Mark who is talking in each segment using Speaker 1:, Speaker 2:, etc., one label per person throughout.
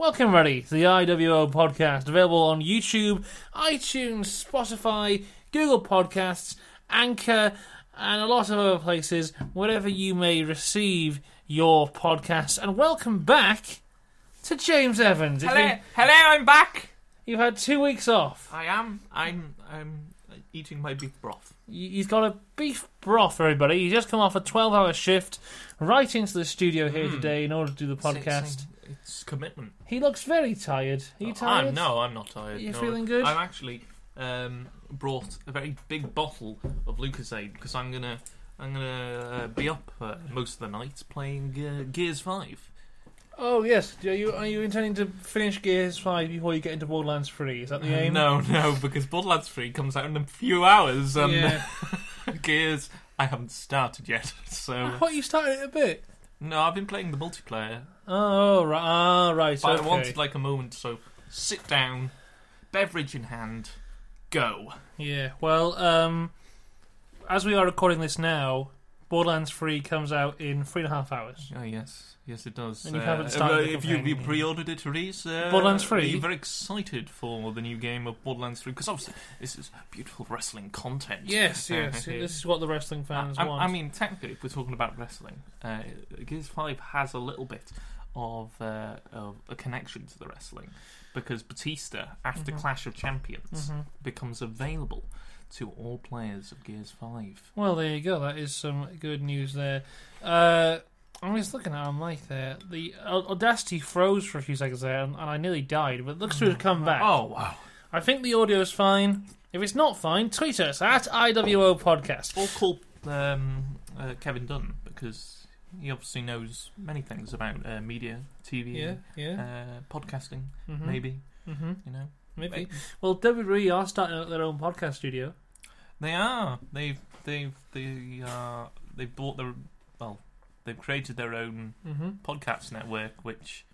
Speaker 1: Welcome, everybody, to the IWO podcast, available on YouTube, iTunes, Spotify, Google Podcasts, Anchor, and a lot of other places, wherever you may receive your podcasts. And welcome back to James Evans. It's
Speaker 2: Hello,
Speaker 1: been-
Speaker 2: hello, I'm back.
Speaker 1: you've had two weeks off.
Speaker 2: I am. I'm. I'm eating my beef broth.
Speaker 1: You- He's got a beef broth, everybody. He's just come off a 12 hour shift right into the studio here
Speaker 2: Hmm.
Speaker 1: today in order to do the
Speaker 2: It's-
Speaker 1: podcast.
Speaker 2: It's, it's commitment.
Speaker 1: He looks very tired. Are you tired?
Speaker 2: I'm, Ah, no, I'm not tired.
Speaker 1: You
Speaker 2: no.
Speaker 1: feeling good?
Speaker 2: I've actually um, brought a very big bottle of Lucasade because I'm gonna. I'm gonna uh, be up uh, most of the night playing uh, Gears Five.
Speaker 1: Oh yes, are you are you intending to finish Gears Five before you get into Borderlands Three? Is that the aim?
Speaker 2: Uh, No, Um, no, because Borderlands Three comes out in a few hours. And
Speaker 1: Yeah.
Speaker 2: Gears, I haven't started yet, so
Speaker 1: What you started it a bit?
Speaker 2: no, I've been playing the multiplayer.
Speaker 1: Oh right, ah, right.
Speaker 2: But
Speaker 1: okay.
Speaker 2: I wanted like a moment, so sit down, beverage in hand, go.
Speaker 1: Yeah. Well, um, as we are recording this now, Borderlands Three comes out in three and a half hours.
Speaker 2: Oh yes, yes it does. Uh,
Speaker 1: And you haven't started the
Speaker 2: if you, you
Speaker 1: campaign.
Speaker 2: pre-ordered it, Therese, uh,
Speaker 1: Borderlands 3?
Speaker 2: You're very excited for the new game of Borderlands Three because obviously this is beautiful wrestling content.
Speaker 1: Yes,
Speaker 2: Uh,
Speaker 1: yes.
Speaker 2: it-
Speaker 1: this is what the wrestling fans
Speaker 2: I, I-
Speaker 1: want.
Speaker 2: I mean, technically, if we're talking about wrestling, uh, Gears Five has a little bit of, uh, of a connection to the wrestling because Batista, after
Speaker 1: Mhm.
Speaker 2: Clash of Champions,
Speaker 1: Mhm.
Speaker 2: becomes available to all players of Gears Five.
Speaker 1: Well, there you go. That is some good news there. Uh, I'm just looking at our mic there. The uh, Audacity froze for a few seconds there, and, and I nearly died, but it looks to have come back.
Speaker 2: Oh wow!
Speaker 1: I think the audio is fine. If it's not fine, tweet us at IWO Podcast.
Speaker 2: Or call um, uh, Kevin Dunn because he obviously knows many things about uh, media, TV,
Speaker 1: Yeah, yeah.
Speaker 2: Uh, podcasting.
Speaker 1: Mhm.
Speaker 2: Maybe
Speaker 1: Mhm.
Speaker 2: you know
Speaker 1: Maybe. Well, WWE are starting up their own podcast studio.
Speaker 2: they are. They've they've they uh, they've bought their well. They've created their own
Speaker 1: Mm-hmm.
Speaker 2: podcast network, which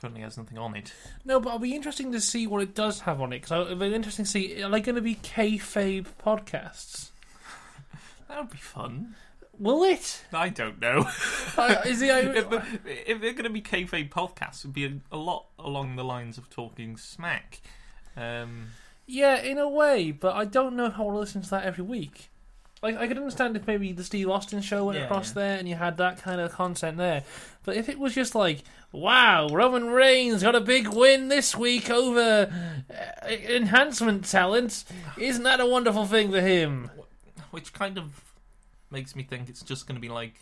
Speaker 2: currently has nothing on it.
Speaker 1: No, but it'll be interesting to see what it does have on it. Because it'll be interesting to see are they going to be kayfabe podcasts?
Speaker 2: That would be fun.
Speaker 1: Will it?
Speaker 2: I don't know.
Speaker 1: Uh, is the
Speaker 2: if, the- if they're going to be kayfabe podcasts, it'd be a, a lot along the lines of talking smack. Um,
Speaker 1: Yeah, in a way, but I don't know how I'll listen to that every week. Like, I could understand if maybe the Steve Austin show went
Speaker 2: Yeah,
Speaker 1: across
Speaker 2: yeah.
Speaker 1: there and you had that kind of content there. But if it was just like, wow, Roman Reigns got a big win this week over uh, enhancement talent, isn't that a wonderful thing for him?
Speaker 2: which kind of makes me think it's just going to be like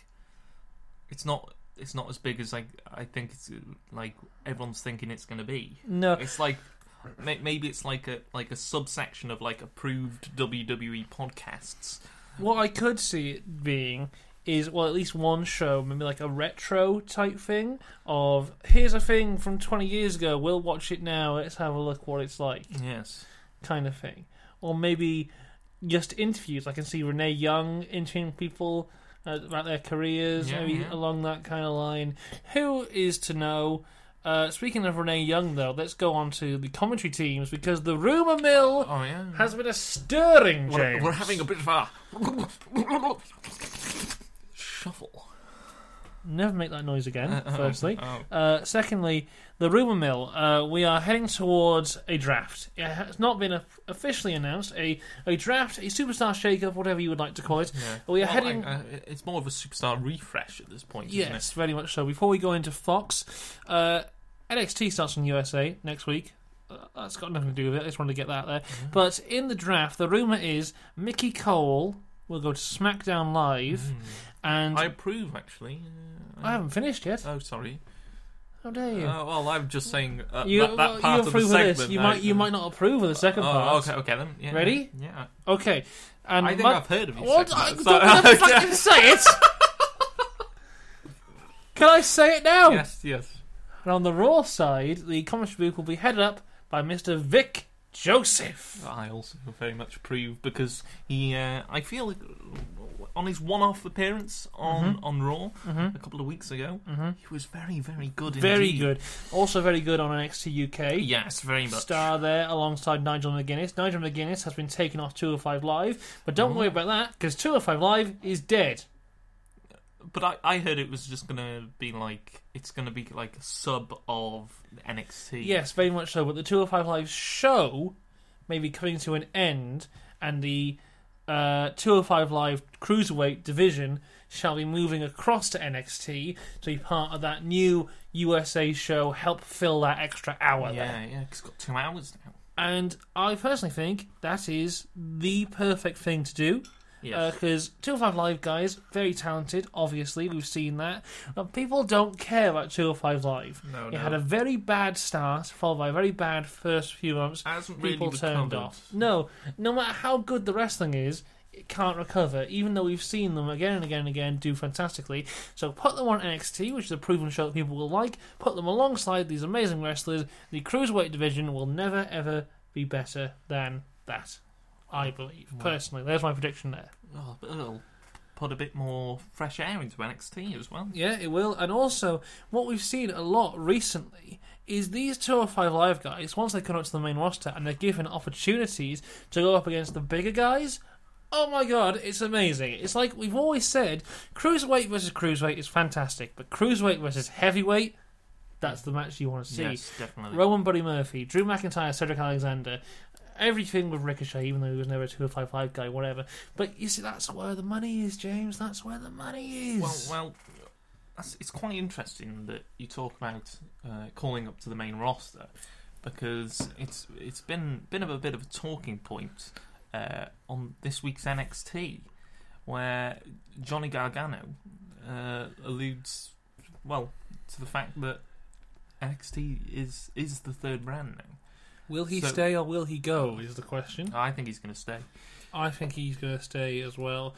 Speaker 2: it's not it's not as big as like I think it's uh, like everyone's thinking it's going to be.
Speaker 1: No.
Speaker 2: It's like may- maybe it's like a like a subsection of like approved WWE podcasts.
Speaker 1: What I could see it being is well, at least one show, maybe like a retro type thing of here's a thing from 20 years ago. We'll watch it now. Let's have a look what it's like,
Speaker 2: Yes.
Speaker 1: kind of thing. Or maybe just interviews. I can see Renee Young interviewing people uh, about their careers,
Speaker 2: Yeah,
Speaker 1: maybe
Speaker 2: yeah.
Speaker 1: along that kind of line. Who is to know? Uh, speaking of Renee Young, though, let's go on to the commentary teams because the rumor mill
Speaker 2: Oh yeah.
Speaker 1: has been a stirring.
Speaker 2: we're,
Speaker 1: James.
Speaker 2: we're having a bit of a shuffle.
Speaker 1: Never make that noise again,
Speaker 2: Uh, oh,
Speaker 1: firstly.
Speaker 2: oh.
Speaker 1: Uh, secondly, the rumour mill. Uh, we are heading towards a draft. It has not been a- officially announced. A, a draft, a superstar shake-up, whatever you would like to call it.
Speaker 2: Yeah.
Speaker 1: We are
Speaker 2: Well,
Speaker 1: heading.
Speaker 2: I- I- it's more of a superstar refresh at this point, isn't
Speaker 1: yes, very much so. Before we go into Fox, uh, NXT starts in USA next week. Uh, That's got nothing to do with it. I just wanted to get that there.
Speaker 2: Mm-hmm.
Speaker 1: But in the draft, the rumour is Mickey Cole will go to SmackDown Live,
Speaker 2: it? Hmm.
Speaker 1: and
Speaker 2: Mm-hmm. I
Speaker 1: I,
Speaker 2: approve, actually. Uh,
Speaker 1: haven't finished yet.
Speaker 2: Oh, sorry.
Speaker 1: How dare you?
Speaker 2: Uh, well, I'm just saying uh,
Speaker 1: you,
Speaker 2: that, that
Speaker 1: well,
Speaker 2: part
Speaker 1: you
Speaker 2: of the
Speaker 1: approve
Speaker 2: segment.
Speaker 1: of this. You
Speaker 2: I-
Speaker 1: might, you might not approve of the second
Speaker 2: oh,
Speaker 1: part.
Speaker 2: Okay, okay then. Yeah.
Speaker 1: Ready?
Speaker 2: Yeah.
Speaker 1: Okay. And
Speaker 2: I think
Speaker 1: my-
Speaker 2: I've heard of you.
Speaker 1: What? I
Speaker 2: segment,
Speaker 1: don't
Speaker 2: so-
Speaker 1: want to fucking say it. Can I say it now?
Speaker 2: yes, yes.
Speaker 1: And on the Raw side, the commentary booth will be headed up by Mr. Vic Joseph.
Speaker 2: I also very much approve because he. Uh, I feel like uh, on his one-off appearance
Speaker 1: Mm-hmm.
Speaker 2: on on Raw a couple of weeks ago, he was very, very good.
Speaker 1: Very
Speaker 2: indeed.
Speaker 1: good. Also very good on NXT UK.
Speaker 2: Yes, very much.
Speaker 1: Star there alongside Nigel McGuinness. Nigel McGuinness has been oh
Speaker 2: Mm-hmm.
Speaker 1: taken off 205 Live, but don't worry about that because 205 Live is dead.
Speaker 2: But I, I heard it was just gonna be like it's gonna be like a sub of NXT.
Speaker 1: Yes, very much so. But the 205 Live show may be coming to an end, and the uh, 205 Live Cruiserweight division shall be moving across to NXT to be part of that new USA show, help fill that extra hour there. Uh,
Speaker 2: Yeah, yeah. It's got two hours now.
Speaker 1: And I personally think that is the perfect thing to do. uh,
Speaker 2: Yes.
Speaker 1: Because 205 Live guys, very talented, obviously, we've seen that. But people don't care about 205 Live.
Speaker 2: no,
Speaker 1: it
Speaker 2: Oh, no.
Speaker 1: had a very bad start, followed by a very bad first few months.
Speaker 2: hasn't really
Speaker 1: People turned
Speaker 2: recovered.
Speaker 1: off. No, no matter how good the wrestling is, it can't recover, even though we've seen them again and again and again do fantastically. So put them on NXT, which is a proven show that people will like, put them alongside these amazing wrestlers. The Cruiserweight division will never, ever be better than that. I believe,
Speaker 2: Wow.
Speaker 1: personally. There's my prediction there.
Speaker 2: Oh, but it'll put a bit more fresh air into NXT as well.
Speaker 1: Yeah, it will. And also, what we've seen a lot recently is these two or five live guys, once they come up to the main roster and they're given opportunities to go up against the bigger guys, oh my god, it's amazing. It's like we've always said cruiserweight versus cruiserweight is fantastic, but cruiserweight versus heavyweight, that's the match you want to see.
Speaker 2: Yes, definitely.
Speaker 1: Rowan Buddy Murphy, Drew McIntyre, Cedric Alexander, everything with Ricochet, even though he was never a 255 guy, whatever. But you see, that's where the money is, James. That's where the money is.
Speaker 2: Well, well, that's, it's quite interesting that you talk about uh, calling up to the main roster because it's it's been been of a bit of a talking point uh, on this week's NXT where Johnny Gargano uh, alludes well to the fact that NXT is is the third brand now.
Speaker 1: Will he
Speaker 2: So-
Speaker 1: stay or will he go? Is the question.
Speaker 2: I think he's going to stay.
Speaker 1: I think he's going to stay as well,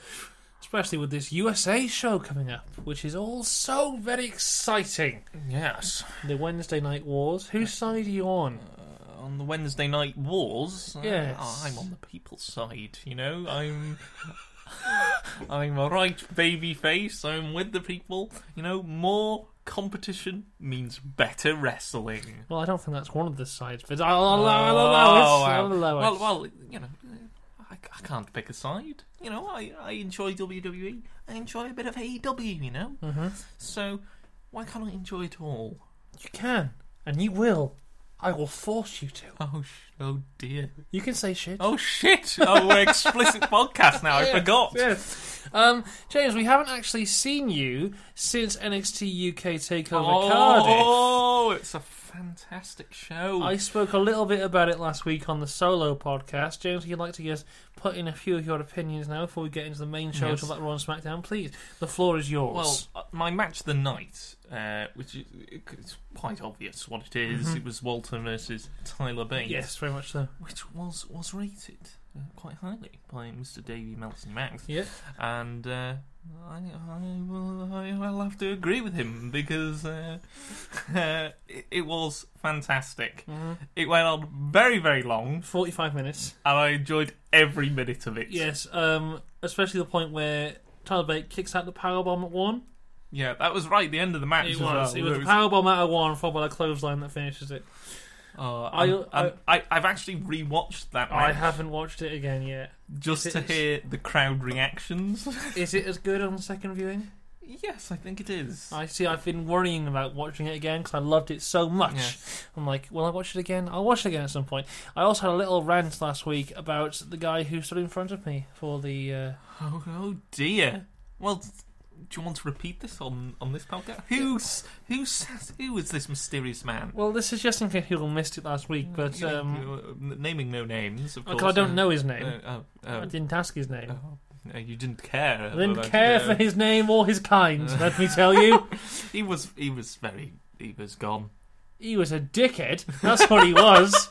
Speaker 1: especially with this USA show coming up, which is all so very exciting.
Speaker 2: Yes.
Speaker 1: The Wednesday Night Wars. Whose side are you on?
Speaker 2: uh, on the Wednesday night wars. uh,
Speaker 1: Yes.
Speaker 2: I'm on the people's side. You know, I'm. I'm a right baby face. I'm with the people. You know, more competition means better wrestling.
Speaker 1: Well, I don't think that's one of the sides, but I'll allow, I'll allow
Speaker 2: Oh,
Speaker 1: it.
Speaker 2: wow.
Speaker 1: I'll allow it.
Speaker 2: Well, well, you know, I, I can't pick a side. You know, I, I enjoy WWE. I enjoy a bit of AEW. You know,
Speaker 1: Mhm.
Speaker 2: so why can't I enjoy it all?
Speaker 1: you can, and you will. I will force you to.
Speaker 2: Oh, sh- oh dear.
Speaker 1: You can say shit.
Speaker 2: Oh shit! Oh, we're explicit podcast now. I
Speaker 1: Yeah,
Speaker 2: forgot.
Speaker 1: Yes. Um, James, we haven't actually seen you since NXT UK Takeover Cardiff.
Speaker 2: Oh, it's a fantastic show.
Speaker 1: I spoke a little bit about it last week on the solo podcast. James, if you'd like to just put in a few of your opinions now before we get into the main show
Speaker 2: Yes.
Speaker 1: to that Raw and SmackDown, please. The floor is yours.
Speaker 2: well, uh, my match of the night, uh, which is it's quite obvious what it is.
Speaker 1: Mhm.
Speaker 2: It was Walter versus Tyler Bates,
Speaker 1: yes, very much so.
Speaker 2: which was was rated uh, quite highly by Mr. Davey Melson Max,
Speaker 1: Yeah.
Speaker 2: and uh, I, I, will, I will have to agree with him because uh, it, it was fantastic. It went on very very long,
Speaker 1: Forty-five minutes.
Speaker 2: and I enjoyed every minute of it.
Speaker 1: Yes. Um, especially the point where Tyler Bate kicks out the powerbomb at one.
Speaker 2: Yeah, that was right at the end of the match.
Speaker 1: It
Speaker 2: as
Speaker 1: was.
Speaker 2: well.
Speaker 1: It was the powerbomb out of one, followed by the clothesline that finishes it.
Speaker 2: Oh,
Speaker 1: I-
Speaker 2: I'm- I'm- I, I've actually rewatched that
Speaker 1: I
Speaker 2: match
Speaker 1: haven't watched it again yet.
Speaker 2: just to
Speaker 1: it's-
Speaker 2: hear the crowd reactions.
Speaker 1: Is it as good on the second viewing?
Speaker 2: yes, I think it is.
Speaker 1: I see. I've been worrying about watching it again because I loved it so much.
Speaker 2: Yeah.
Speaker 1: I'm like, will I watch it again? I'll watch it again at some point. I also had a little rant last week about the guy who stood in front of me for the. Uh,
Speaker 2: Oh, oh dear. Well, d- do you want to repeat this on, on this podcast? Who's who's who is this mysterious man?
Speaker 1: well, this is just in case people missed it last week, but
Speaker 2: You know,
Speaker 1: um,
Speaker 2: you- naming no names, of course.
Speaker 1: I don't know his
Speaker 2: Uh,
Speaker 1: name.
Speaker 2: oh, oh,
Speaker 1: I didn't ask his name.
Speaker 2: oh, no, you didn't care.
Speaker 1: I didn't
Speaker 2: about-
Speaker 1: care for
Speaker 2: uh,
Speaker 1: his name or his kind. let me tell you,
Speaker 2: He was he was very he was gone.
Speaker 1: he was a dickhead. That's what he was.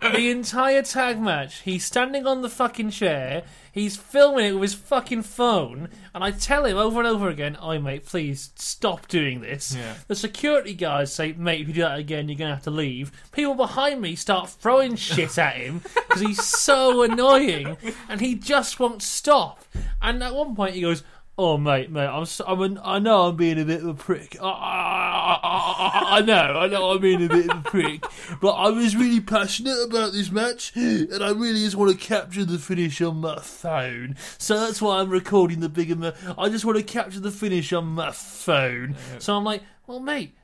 Speaker 1: The entire tag match, he's standing on the fucking chair, he's filming it with his fucking phone, and I tell him over and over again, "Oi, mate, please stop doing this."
Speaker 2: Yeah.
Speaker 1: The security guards say, mate, if you do that again, you're going to have to leave. People behind me start throwing shit at him because he's so annoying and he just won't stop. And at one point, he goes, Oh mate, mate, I'm so, I'm an, I know I'm being a bit of a prick. I, I, I, I- I know, I know I'm being a bit of a prick, but I was really passionate about this match, and I really just want to capture the finish on my phone. So that's why I'm recording the bigger. Ma- I just want to capture the finish on my phone. So I'm like, well, mate.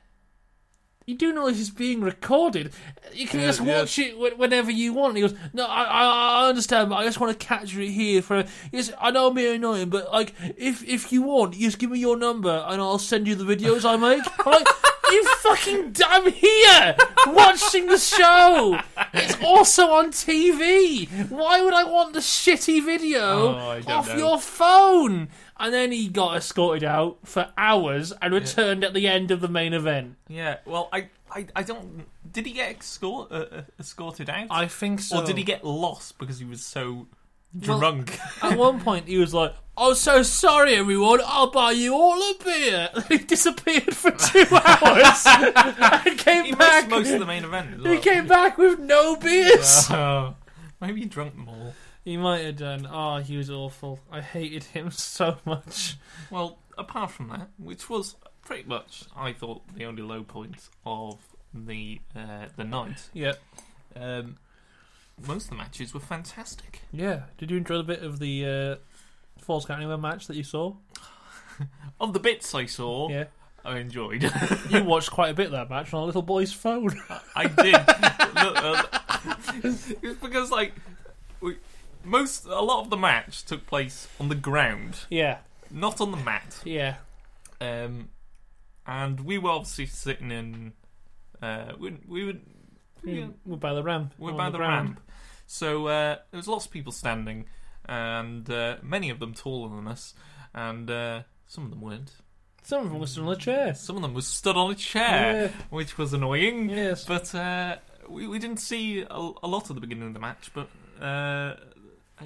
Speaker 1: You do know this is being recorded. You can
Speaker 2: Yeah,
Speaker 1: just
Speaker 2: yeah.
Speaker 1: watch it wh- whenever you want. He goes, no, I, I, I understand, but I just want to capture it here for. Yes, I know I'm being annoying, but like, if if you want, you just give me your number and I'll send you the videos I make. I'm like, you fucking, d- I'm here watching the show. It's also on TV. Why would I want the shitty video
Speaker 2: Oh, I don't
Speaker 1: off
Speaker 2: know.
Speaker 1: your phone? And then he got escorted out for hours and returned at the end of the main event.
Speaker 2: Yeah. Well, I, I, I don't. Did he get escort, uh, uh, escorted out?
Speaker 1: I think so.
Speaker 2: or did he get lost because he was so
Speaker 1: Well-
Speaker 2: drunk?
Speaker 1: At one point, he was like, "I'm so sorry, everyone. I'll buy you all a beer." He disappeared for two hours and came
Speaker 2: he
Speaker 1: back.
Speaker 2: missed most of the main event. As well.
Speaker 1: he came back with no beers.
Speaker 2: Oh, maybe he drank more.
Speaker 1: He might have done. Oh, he was awful. I hated him so much.
Speaker 2: Well, apart from that, which was pretty much, I thought, the only low point of the uh, the night.
Speaker 1: Yeah,
Speaker 2: Um, most of the matches were fantastic.
Speaker 1: yeah. Did you enjoy the bit of the uh, Falls Count Anywhere match that you saw?
Speaker 2: Of the bits I saw,
Speaker 1: Yeah,
Speaker 2: I enjoyed.
Speaker 1: you watched quite a bit of that match on a little boy's phone.
Speaker 2: I did. Look, uh, it's because like we, most a lot of the match took place on the ground,
Speaker 1: yeah,
Speaker 2: not on the mat.
Speaker 1: yeah.
Speaker 2: Um, and we were obviously sitting in. Uh, we we were yeah,
Speaker 1: Hmm, We're by the ramp.
Speaker 2: we're
Speaker 1: on
Speaker 2: by the,
Speaker 1: ground.
Speaker 2: ramp, so uh, there was lots of people standing, and uh, many of them taller than us, and uh, some of them weren't.
Speaker 1: Some of them was on the chair.
Speaker 2: Some of them was stood on a chair, which was annoying.
Speaker 1: Yes.
Speaker 2: But uh, we, we didn't see a, a lot of the beginning of the match, but uh,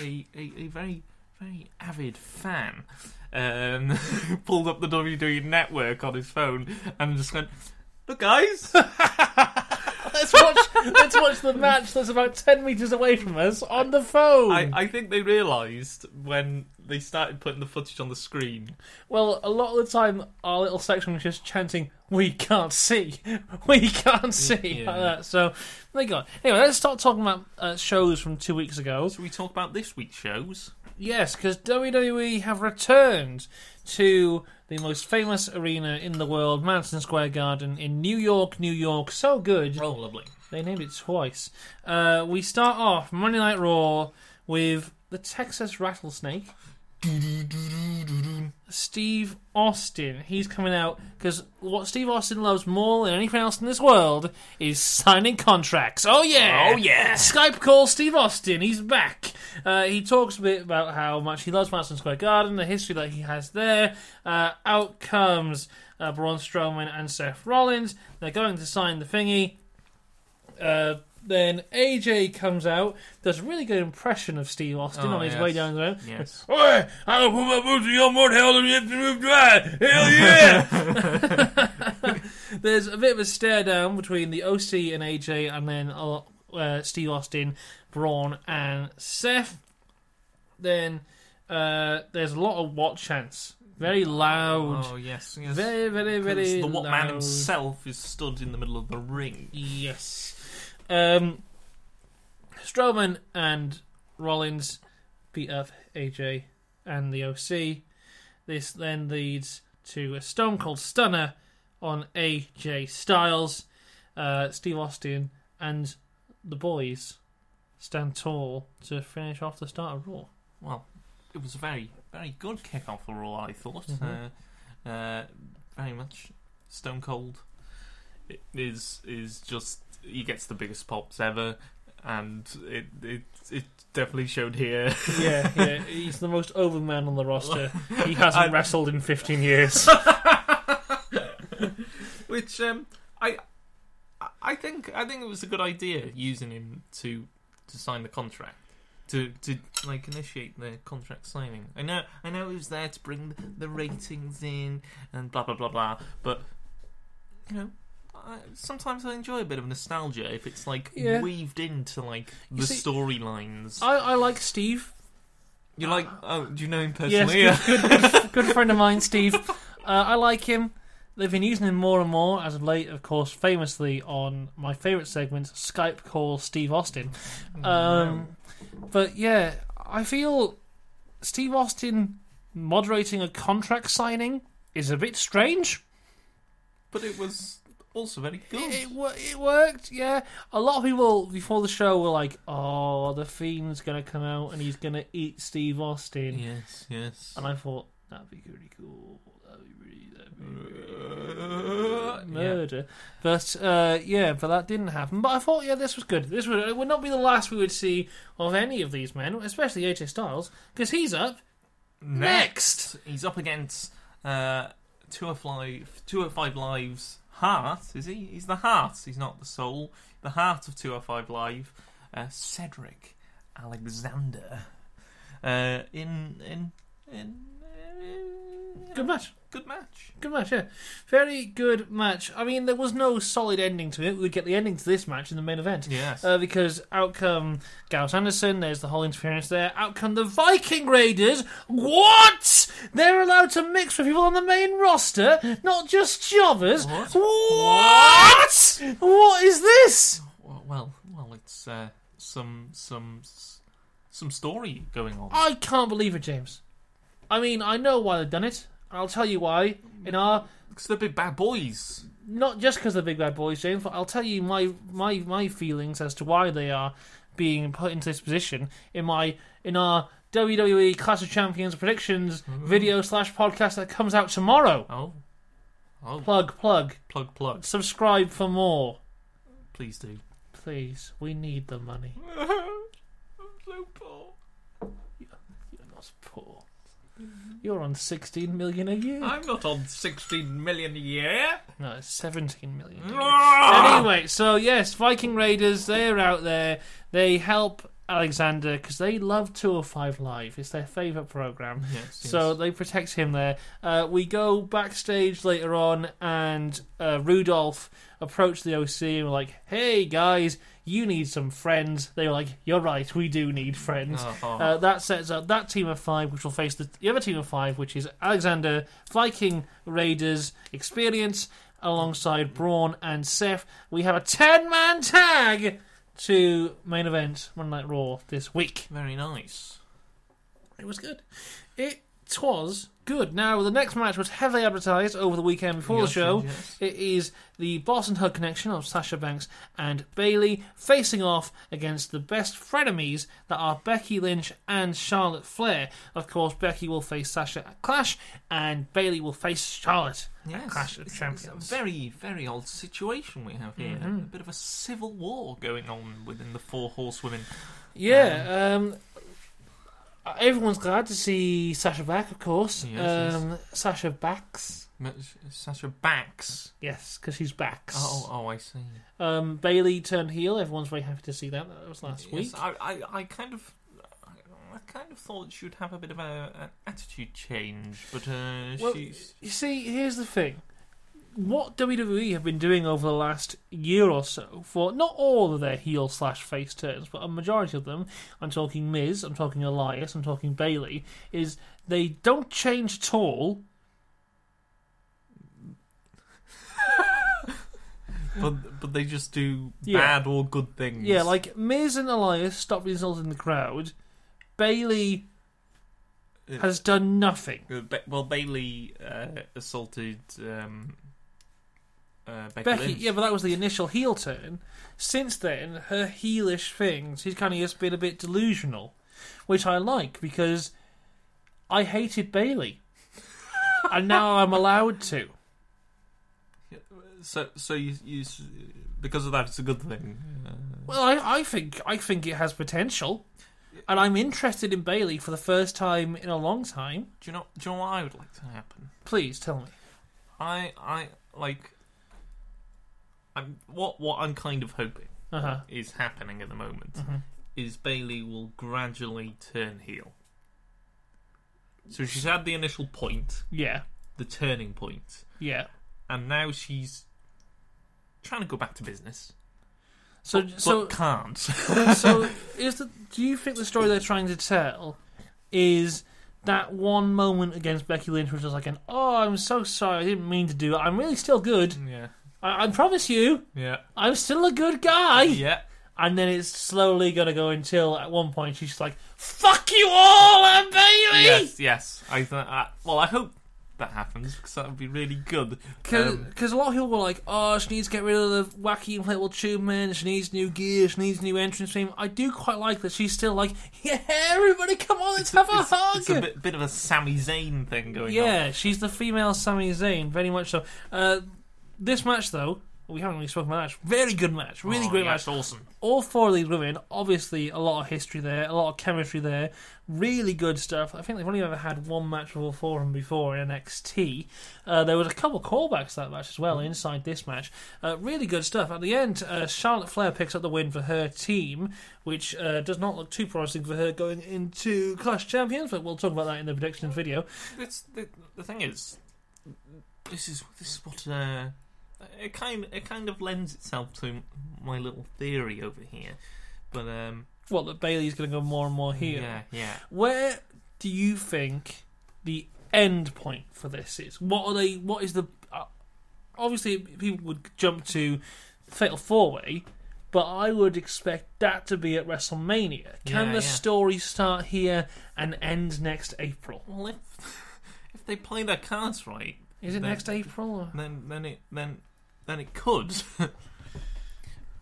Speaker 2: a, a, a very, very avid fan um, pulled up the WWE network on his phone and just went, Look, guys!
Speaker 1: Let's watch. let's watch the match that's about ten meters away from us on the phone.
Speaker 2: I, I think they realised when they started putting the footage on the screen.
Speaker 1: well, a lot of the time, our little section was just chanting, "We can't see, we can't see,"
Speaker 2: Yeah.
Speaker 1: like that. So, they got. Anyway, let's start talking about uh, shows from two weeks ago.
Speaker 2: Should we talk about this week's shows?
Speaker 1: Yes, because WWE E have returned to the most famous arena in the world, Madison Square Garden in New York, New York. So good.
Speaker 2: Oh, lovely.
Speaker 1: They named it twice. Uh, we start off Monday Night Raw with the Texas Rattlesnake, Steve Austin. He's coming out because what Steve Austin loves more than anything else in this world is signing contracts. Oh, yeah.
Speaker 2: Oh, yeah.
Speaker 1: Skype call Steve Austin. He's back. Uh, he talks a bit about how much he loves Madison Square Garden, the history that he has there. Uh, out comes uh, Braun Strowman and Seth Rollins. They're going to sign the thingy. Uh, then AJ comes out, does a really good impression of Steve Austin
Speaker 2: Oh,
Speaker 1: on his
Speaker 2: yes.
Speaker 1: way down the road.
Speaker 2: Yes.
Speaker 1: Oi, I'll put my boots in your mud hole and you have to move dry. Hell yeah! There's a bit of a stare down between the OC and AJ, and then uh, uh, Steve Austin, Braun, and Seth. Then uh, there's a lot of what chants. Very loud.
Speaker 2: Oh, yes. yes.
Speaker 1: very, very, very
Speaker 2: Because the what
Speaker 1: loud.
Speaker 2: man himself is stood in the middle of the ring.
Speaker 1: Yes. Um, Strowman and Rollins beat up AJ and the OC. This then leads to a Stone Cold Stunner on AJ Styles. Uh, Steve Austin and the boys stand tall to finish off the start of Raw.
Speaker 2: Well, it was a very, very good kick off for all I thought.
Speaker 1: Mhm.
Speaker 2: Uh, uh, very much Stone Cold i- is is just he gets the biggest pops ever, and it it it definitely showed here.
Speaker 1: Yeah, yeah. He's the most over man on the roster. He hasn't
Speaker 2: I-
Speaker 1: wrestled in 15 years.
Speaker 2: Which um, I I- I think I think it was a good idea using him to to sign the contract. To, to like initiate the contract signing. I know I know he was there to bring the ratings in and blah blah blah blah. But you know, I, sometimes I enjoy a bit of nostalgia if it's like
Speaker 1: Yeah.
Speaker 2: weaved into like the
Speaker 1: see,
Speaker 2: storylines.
Speaker 1: I, I like Steve.
Speaker 2: You're like, oh, do you know him
Speaker 1: Yes,
Speaker 2: personally?
Speaker 1: good, good, good, good friend of mine, Steve. Uh, I like him. They've been using him more and more as of late, of course, famously on my favourite segment, Skype call Steve Austin. Um, But yeah, I feel Steve Austin moderating a contract signing is a bit strange.
Speaker 2: but it was also very good.
Speaker 1: It, wo- it worked, yeah. A lot of people before the show were like, "Oh, the Fiend's gonna come out and he's gonna eat Steve Austin,"
Speaker 2: Yes, yes.
Speaker 1: and I thought that'd be really cool. That'd be really, that'd be
Speaker 2: Uh, yeah.
Speaker 1: murder. But uh, yeah, but that didn't happen. But I thought, yeah, this was good. This would it would not be the last we would see of any of these men, especially AJ Styles, because he's up next.
Speaker 2: He's up against uh, 205, 205 Live's Heart, is he? He's the heart. He's not the soul. The heart of 205 Live, uh, Cedric Alexander. Uh, in. in, in uh,
Speaker 1: Good match.
Speaker 2: Good match.
Speaker 1: Good match, yeah. Very good match. I mean, there was no solid ending to it. We'd get the ending to this match in the main event.
Speaker 2: Yes.
Speaker 1: Uh, because out come Gauss Anderson, there's the whole interference there. Out come the Viking Raiders. What? They're allowed to mix with people on the main roster, not just jobbers.
Speaker 2: What?
Speaker 1: What? What is this?
Speaker 2: well, well, it's uh, some some s- some story going on.
Speaker 1: I can't believe it, James. I mean, I know why they've done it. I'll tell you why in our
Speaker 2: Because they're big bad boys.
Speaker 1: not just because they're big bad boys, James, but I'll tell you my my my feelings as to why they are being put into this position in my in our WWE Clash of Champions predictions video slash podcast that comes out tomorrow.
Speaker 2: Oh, oh,
Speaker 1: Plug plug.
Speaker 2: plug plug.
Speaker 1: Subscribe for more,
Speaker 2: Please do.
Speaker 1: please. We need the money.
Speaker 2: so poor.
Speaker 1: You're not poor. You're on sixteen million a year.
Speaker 2: I'm not on 16 million a year.
Speaker 1: No, it's seventeen million. a year.
Speaker 2: anyway,
Speaker 1: anyway, so yes, Viking Raiders, they're out there. They help Alexander because they love 205 Live. It's their favourite programme. So they protect him there. Uh, we go backstage later on, and uh, Rudolph approached the OC and were like, "Hey guys, you need some friends." They were like, "You're right, we do need friends."
Speaker 2: Uh-huh.
Speaker 1: Uh, that sets up that team of five, which will face the, the other team of five, which is Alexander, Viking Raiders, Experience, alongside Braun and Seth. We have a ten-man tag to main event Monday Night Raw this week.
Speaker 2: very nice.
Speaker 1: It was good. It was good. Now, the next match was heavily advertised over the weekend before the
Speaker 2: Yes,
Speaker 1: show.
Speaker 2: yes.
Speaker 1: It is the Boss and Hug connection of Sasha Banks and Bailey facing off against the best frenemies that are Becky Lynch and Charlotte Flair. Of course, Becky will face Sasha at Clash, and Bailey will face Charlotte at Clash of
Speaker 2: it's, it's a
Speaker 1: Champions.
Speaker 2: very, very old situation we have here.
Speaker 1: Mm-hmm.
Speaker 2: A bit of a civil war going on within the four horsewomen.
Speaker 1: Yeah, um, everyone's glad to see Sasha back, of course.
Speaker 2: Yes, yes.
Speaker 1: um, Sasha backs.
Speaker 2: Much- Sasha backs.
Speaker 1: Yes, because she's backs.
Speaker 2: Oh, oh, I see.
Speaker 1: Um, Bailey turned heel. Everyone's very happy to see that. That was last week.
Speaker 2: Yes, I, I, I kind of. I kind of thought she'd have a bit of a, an attitude change, but uh,
Speaker 1: Well,
Speaker 2: she's
Speaker 1: You see, here's the thing. What WWE have been doing over the last year or so for not all of their heel slash face turns, but a majority of them, I'm talking Miz, I'm talking Elias, I'm talking Bailey, is they don't change at all.
Speaker 2: but but they just do
Speaker 1: Yeah.
Speaker 2: bad or good things.
Speaker 1: Yeah, like Miz and Elias stopped insulting the crowd. Bailey
Speaker 2: Uh,
Speaker 1: has done nothing.
Speaker 2: Uh, Ba- well, Bailey uh, assaulted um, uh, Becky,
Speaker 1: Becky,
Speaker 2: Lynch.
Speaker 1: yeah, but that was the initial heel turn. Since then, her heelish thing, she's kind of just been a bit delusional, which I like because I hated Bailey, and now I'm allowed to.
Speaker 2: So, so you, you s- because of that, it's a good thing. Uh,
Speaker 1: Well, I, I think I think it has potential, and I'm interested in Bailey for the first time in a long time.
Speaker 2: do you know? Do you know what I would like to happen?
Speaker 1: Please tell me.
Speaker 2: I, I like. I'm what what I'm kind of hoping
Speaker 1: Uh huh.
Speaker 2: is happening at the moment
Speaker 1: Mm-hmm.
Speaker 2: is Bailey will gradually turn heel. So she's had the initial point,
Speaker 1: Yeah.
Speaker 2: the turning point,
Speaker 1: Yeah.
Speaker 2: and now she's trying to go back to business,
Speaker 1: So
Speaker 2: but
Speaker 1: so
Speaker 2: can't.
Speaker 1: so is the, do you think the story they're trying to tell is that one moment against Becky Lynch, which was like an "Oh, I'm so sorry, I didn't mean to do it. I'm really still good.
Speaker 2: Yeah.
Speaker 1: I, I promise you,
Speaker 2: Yeah.
Speaker 1: I'm still a good guy."
Speaker 2: Yeah.
Speaker 1: And then it's slowly gonna go until at one point she's like, "Fuck you all, Aunt Bailey."
Speaker 2: Yes. Yes. I, th- I well, I hope that happens because that would be really good.
Speaker 1: Because
Speaker 2: Um,
Speaker 1: a lot of people were like, oh, she needs to get rid of the wacky inflatable tube man, she needs new gear, she needs new entrance theme. I do quite like that she's still like, yeah, everybody, come on, let's have a
Speaker 2: it's,
Speaker 1: hug!
Speaker 2: it's a bit, bit of a Sami Zayn thing going on.
Speaker 1: yeah, she's the female Sami Zayn, very much so. Uh, this match, though, we haven't really spoken about that. Very good match, really
Speaker 2: Oh,
Speaker 1: great
Speaker 2: yeah,
Speaker 1: match.
Speaker 2: it's awesome.
Speaker 1: All four of these women, obviously, a lot of history there, a lot of chemistry there, really good stuff. I think they've only ever had one match with all four of them before in NXT. Uh, there was a couple callbacks to that match as well inside this match. Uh, really good stuff. At the end, uh, Charlotte Flair picks up the win for her team, which uh, does not look too promising for her going into Clash Champions, but we'll talk about that in the predictions video.
Speaker 2: It's, the, the thing is, this is this is what uh, it kind it kind of lends itself to my little theory over here, but um,
Speaker 1: What, that Bailey's going to go more and more Oh, here.
Speaker 2: yeah, yeah.
Speaker 1: Where do you think the end point for this is? What are they? What is the? Uh, obviously, people would jump to Fatal Four Way, but I would expect that to be at WrestleMania. Can the
Speaker 2: Yeah, yeah.
Speaker 1: story start here and end next April?
Speaker 2: Well, if if they play their cards right,
Speaker 1: Is it
Speaker 2: Then-
Speaker 1: next April? Or?
Speaker 2: then then it then then it could.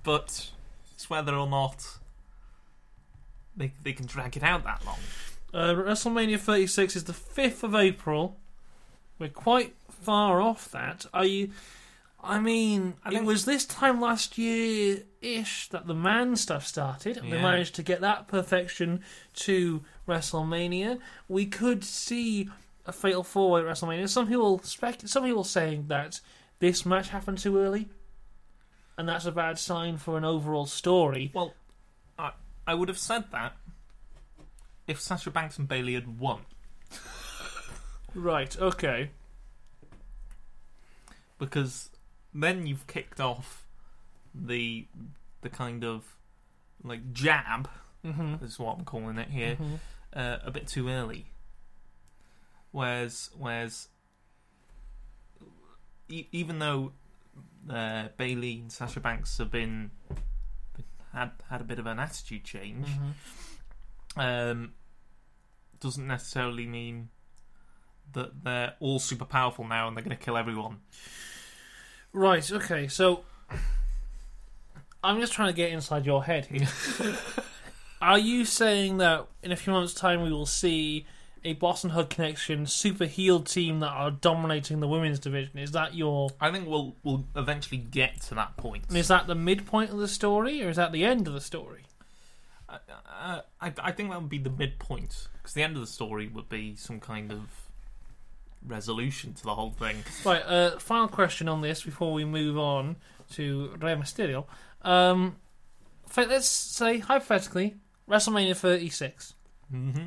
Speaker 2: but it's whether or not they they can drag it out that long.
Speaker 1: Uh, WrestleMania 36 is the 5th of April. We're quite far off that. Are you? I mean,
Speaker 2: I
Speaker 1: it
Speaker 2: think-
Speaker 1: was this time last year ish that the man stuff started. and They
Speaker 2: Yeah.
Speaker 1: managed to get that perfection to WrestleMania. We could see a fatal four way at WrestleMania. Some people spec. Some people saying that this match happened too early, and that's a bad sign for an overall story.
Speaker 2: Well, I I would have said that if Sasha Banks and Bailey had won.
Speaker 1: Right. Okay.
Speaker 2: because then you've kicked off the the kind of like jab
Speaker 1: hmm
Speaker 2: is what I'm calling it here
Speaker 1: hmm
Speaker 2: uh, a bit too early. Whereas whereas e- even though uh, Bailey and Sasha Banks have been had had a bit of an attitude change,
Speaker 1: Mm-hmm.
Speaker 2: um, doesn't necessarily mean that they're all super powerful now and they're going to kill everyone.
Speaker 1: Right, okay, so I'm just trying to get inside your head here. Are you saying that in a few months' time we will see a Boston Hug Connection super heel team that are dominating the women's division? Is that your.
Speaker 2: I think we'll we'll eventually get to that point.
Speaker 1: Is that the midpoint of the story or is that the end of the story?
Speaker 2: I, I, I I think that would be the midpoint because the end of the story would be some kind of resolution to the whole thing.
Speaker 1: Right, uh, final question on this before we move on to Rey Mysterio. Um, fa- let's say, hypothetically, WrestleMania 36.
Speaker 2: Mm-hmm.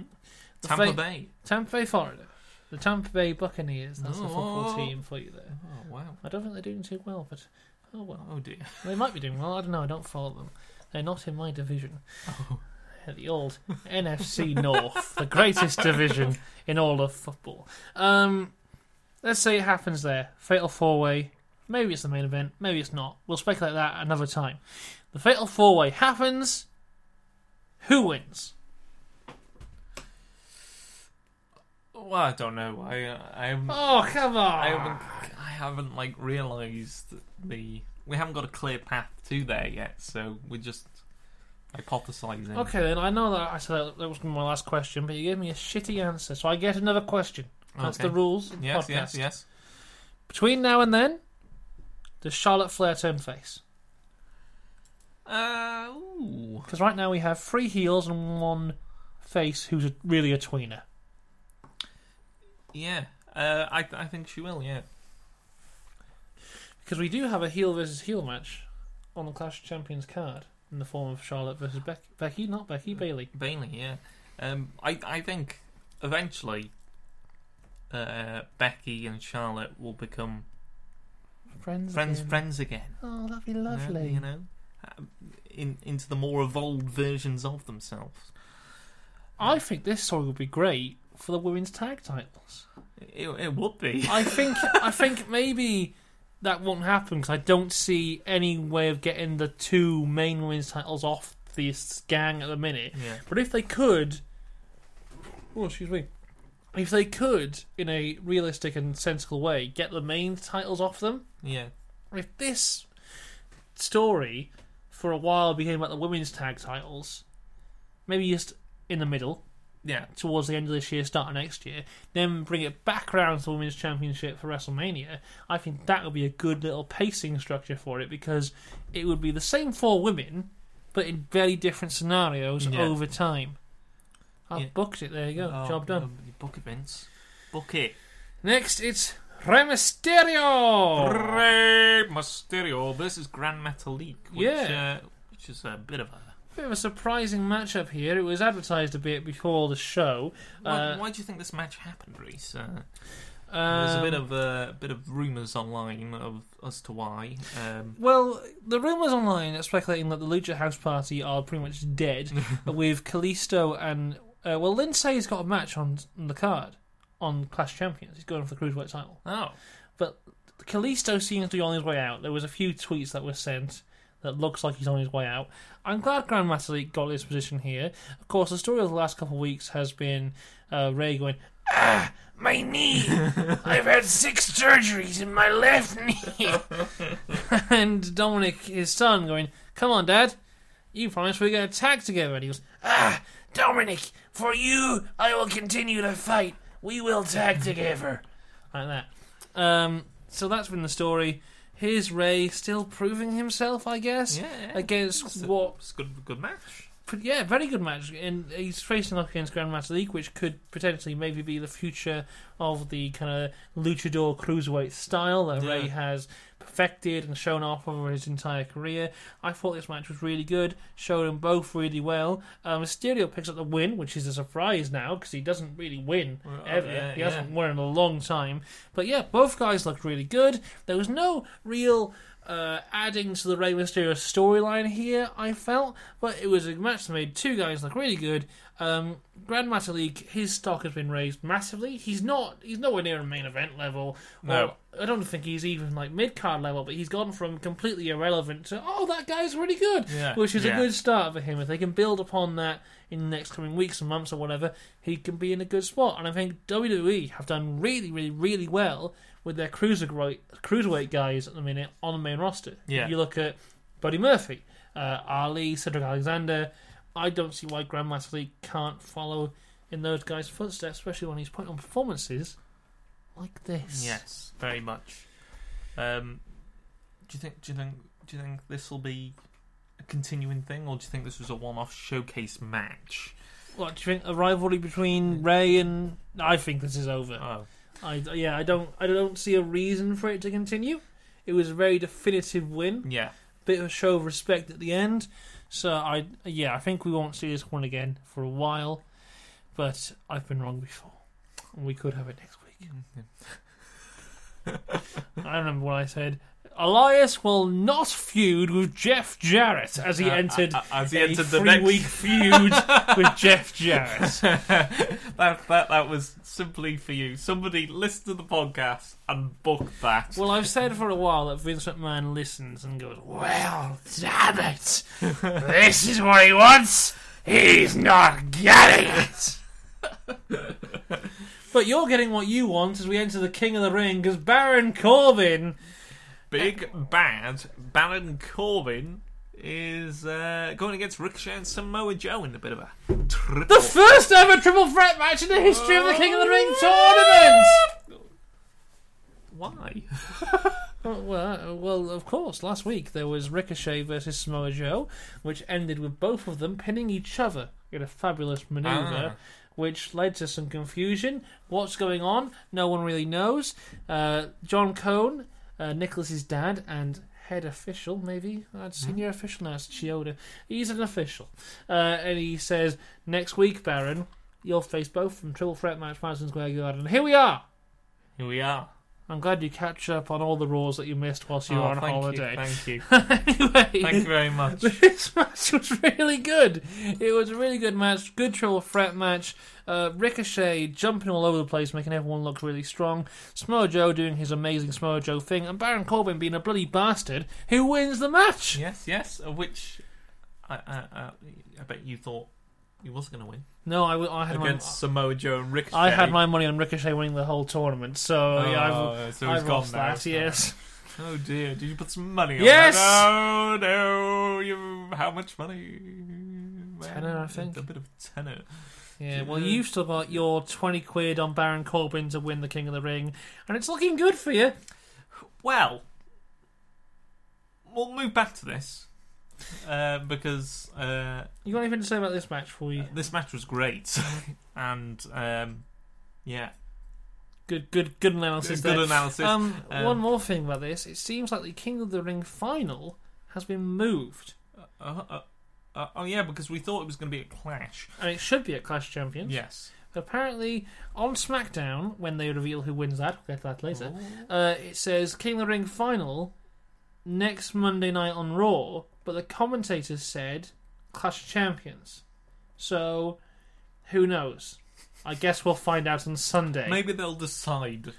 Speaker 1: The
Speaker 2: Tampa
Speaker 1: fa-
Speaker 2: Bay.
Speaker 1: Tampa Bay, Florida. The Tampa Bay Buccaneers. That's the football
Speaker 2: Oh.
Speaker 1: team for you there.
Speaker 2: Oh wow.
Speaker 1: I don't think they're doing too well, but oh well.
Speaker 2: Oh dear.
Speaker 1: They might be doing well. I don't know. I don't follow them. They're not in my division.
Speaker 2: Oh.
Speaker 1: They're The old NFC North, the greatest division in all of football. Um, let's say it happens there. Fatal four way. Maybe it's the main event. Maybe it's not. We'll speculate that another time. The fatal four way happens. Who wins?
Speaker 2: Well, I don't know. I uh, I haven't,
Speaker 1: Oh come on!
Speaker 2: I haven't I haven't like realized the we haven't got a clear path to there yet. So we're just hypothesizing.
Speaker 1: Okay, then I know that I said that, that was my last question, but you gave me a shitty answer, so I get another question. That's
Speaker 2: Okay.
Speaker 1: the rules. Of the
Speaker 2: Yes.
Speaker 1: podcast.
Speaker 2: Yes. Yes.
Speaker 1: Between now and then, does Charlotte Flair turn face?
Speaker 2: Uh. Ooh.
Speaker 1: Because right now we have three heels and one face who's a, really a tweener.
Speaker 2: Yeah. Uh. I I think she will. Yeah.
Speaker 1: Because we do have a heel versus heel match on the Clash of Champions card in the form of Charlotte versus Becky. Becky, not Becky, Bailey.
Speaker 2: Bailey, yeah. Um, I I think eventually uh, Becky and Charlotte will become
Speaker 1: Friends.
Speaker 2: friends
Speaker 1: again.
Speaker 2: friends again.
Speaker 1: Oh, that'd be
Speaker 2: you know- Um,
Speaker 1: lovely.
Speaker 2: you know, uh, in into the more evolved versions of themselves.
Speaker 1: I think this story would be great for the women's tag titles.
Speaker 2: It, it would be.
Speaker 1: I think I think maybe that won't happen because I don't see any way of getting the two main women's titles off this gang at the minute.
Speaker 2: Yeah.
Speaker 1: But if they could, oh excuse me, if they could in a realistic and sensible way get the main titles off them,
Speaker 2: Yeah.
Speaker 1: if this story for a while became about the women's tag titles, maybe just in the middle
Speaker 2: Yeah.
Speaker 1: towards the end of this year, start of next year, then bring it back around to the Women's Championship for WrestleMania, I think that would be a good little pacing structure for it because it would be the same four women, but in very different scenarios
Speaker 2: Yeah.
Speaker 1: over time. I've
Speaker 2: Yeah.
Speaker 1: booked it, there you go,
Speaker 2: Oh,
Speaker 1: job done.
Speaker 2: um, Book it, Vince. Book it.
Speaker 1: Next, it's Rey Mysterio!
Speaker 2: Rey Mysterio versus Grand Metalik, which,
Speaker 1: Yeah.
Speaker 2: uh, which is a bit of a.
Speaker 1: Bit of a surprising matchup here. It was advertised a bit before the show.
Speaker 2: Why,
Speaker 1: Uh,
Speaker 2: why do you think this match happened, Reese? Uh, there's
Speaker 1: Um,
Speaker 2: a bit of uh, bit of rumours online of as to why. Um,
Speaker 1: Well, the rumours online are speculating that the Lucha House Party are pretty much dead, with Kalisto and. Uh, well, Lindsay's got a match on, on the card on Clash of Champions. He's going for the Cruiserweight title.
Speaker 2: oh,
Speaker 1: But Kalisto seems to be on his way out. There was a few tweets that were sent that looks like he's on his way out. I'm glad Grand Metalik got his position here. Of course, the story of the last couple of weeks has been uh, Ray going, Ah, my knee! I've had six surgeries in my left knee! and Dominic, his son, going, Come on, Dad. You promised we are going to tag together. And he goes, Ah, Dominic, for you, I will continue to fight. We will tag together. like that. Um, so that's been the story. Here's Ray still proving himself, I guess,
Speaker 2: yeah, yeah. It's
Speaker 1: against
Speaker 2: a-
Speaker 1: what?
Speaker 2: It's a good, good match.
Speaker 1: but Yeah, very good match, and he's facing off against Grandmaster League, which could potentially maybe be the future of the kind of luchador cruiserweight style that
Speaker 2: Yeah.
Speaker 1: Ray has perfected and shown off over his entire career. I thought this match was really good, showed them both really well. Uh, Mysterio picks up the win, which is a surprise now because he doesn't really win
Speaker 2: Well, uh,
Speaker 1: ever.
Speaker 2: Oh, yeah,
Speaker 1: he
Speaker 2: yeah.
Speaker 1: hasn't won in a long time. But yeah, both guys looked really good. There was no real uh, adding to the Rey Mysterio storyline here, I felt, but it was a match that made two guys look really good. Um, Grand Metalik, his stock has been raised massively. He's not, he's nowhere near a main event level.
Speaker 2: No.
Speaker 1: Or- I don't think he's even like mid card level, but he's gone from completely irrelevant to oh that guy's really good,
Speaker 2: Yeah,
Speaker 1: which is
Speaker 2: yeah.
Speaker 1: a good start for him. If they can build upon that in the next coming weeks and months or whatever, he can be in a good spot. And I think WWE have done really, really, really well with their cruiserweight cruiserweight guys at the minute on the main roster.
Speaker 2: Yeah.
Speaker 1: If you look at Buddy Murphy, uh, Ali, Cedric Alexander. I don't see why Grandmaster League can't follow in those guys' footsteps, especially when he's putting on performances like this.
Speaker 2: Yes, very much. Um, do you think? Do you think? Do you think this will be a continuing thing, or do you think this was a one-off showcase match?
Speaker 1: What do you think? A rivalry between Ray and I think this is over.
Speaker 2: Oh,
Speaker 1: I yeah, I don't I don't see a reason for it to continue. It was a very definitive win,
Speaker 2: yeah,
Speaker 1: bit of a show of respect at the end. So I yeah, I think we won't see this one again for a while. But I've been wrong before. We could have it next week. I remember what I said. Elias will not feud with Jeff Jarrett as he
Speaker 2: Uh,
Speaker 1: entered
Speaker 2: uh, as he
Speaker 1: a
Speaker 2: entered the next-
Speaker 1: three-week feud with Jeff Jarrett.
Speaker 2: that that that was simply for you. Somebody listen to the podcast and book that.
Speaker 1: Well, I've said for a while that Vince McMahon listens and goes, Well, damn it! This is what he wants! He's not getting it! but you're getting what you want as we enter the King of the Ring as Baron Corbin.
Speaker 2: Big bad Baron Corbin is uh, going against Ricochet and Samoa Joe in a bit of a triple.
Speaker 1: The first ever triple threat match in the history of the King of the Ring tournament!
Speaker 2: Why?
Speaker 1: Oh, Well, uh, well, of course. Last week there was Ricochet versus Samoa Joe, which ended with both of them pinning each other in a fabulous maneuver,
Speaker 2: Ah.
Speaker 1: which led to some confusion. What's going on? No one really knows. Uh, John Cohn, uh, Nicholas's dad, and head official, maybe uh, senior official now. It's Chioda. He's an official, uh, and he says next week, Baron, you'll face both from Triple Threat Match, Madison Square Garden. And here we are.
Speaker 2: Here we are.
Speaker 1: I'm glad you catch up on all the roars that you missed whilst you
Speaker 2: Oh,
Speaker 1: were on
Speaker 2: thank
Speaker 1: holiday.
Speaker 2: You, thank you.
Speaker 1: anyway,
Speaker 2: Thank you very much.
Speaker 1: this match was really good. It was a really good match, good triple threat match. Uh, Ricochet jumping all over the place, making everyone look really strong. Samoa Joe doing his amazing Samoa Joe thing, and Baron Corbin being a bloody bastard who wins the match.
Speaker 2: Yes, yes. Of which I, I, I, I bet you thought he was going to win
Speaker 1: No, I, w- I had my,
Speaker 2: against Samoa Joe and Ricochet.
Speaker 1: I had my money on Ricochet winning the whole tournament, so
Speaker 2: Oh,
Speaker 1: yeah, I've,
Speaker 2: so he's
Speaker 1: I've
Speaker 2: gone
Speaker 1: lost
Speaker 2: now,
Speaker 1: that.
Speaker 2: so-
Speaker 1: Yes,
Speaker 2: Oh dear! Did you put some money? on
Speaker 1: Yes!
Speaker 2: That? Oh, No, no. You how much money?
Speaker 1: Tenner, I think.
Speaker 2: A bit of tenner.
Speaker 1: yeah. Well, you've still got your twenty quid on Baron Corbin to win the King of the Ring, and it's looking good for you.
Speaker 2: Well, we'll move back to this uh, because uh,
Speaker 1: You got anything to say about this match for you?
Speaker 2: this match was great, and um, yeah,
Speaker 1: Good, good, good analysis.
Speaker 2: good
Speaker 1: there.
Speaker 2: analysis.
Speaker 1: Um,
Speaker 2: Um,
Speaker 1: one more thing about this. It seems like the King of the Ring final has been moved,
Speaker 2: Uh, uh, uh, oh yeah, because we thought it was going to be a clash.
Speaker 1: and it should be at Clash of Champions.
Speaker 2: Yes.
Speaker 1: But apparently, on SmackDown, when they reveal who wins that, we'll get to that later.
Speaker 2: Oh.
Speaker 1: Uh, it says King of the Ring final next Monday night on Raw, but the commentators said Clash of Champions. So, who knows? I guess we'll find out on Sunday.
Speaker 2: Oh. Maybe they'll decide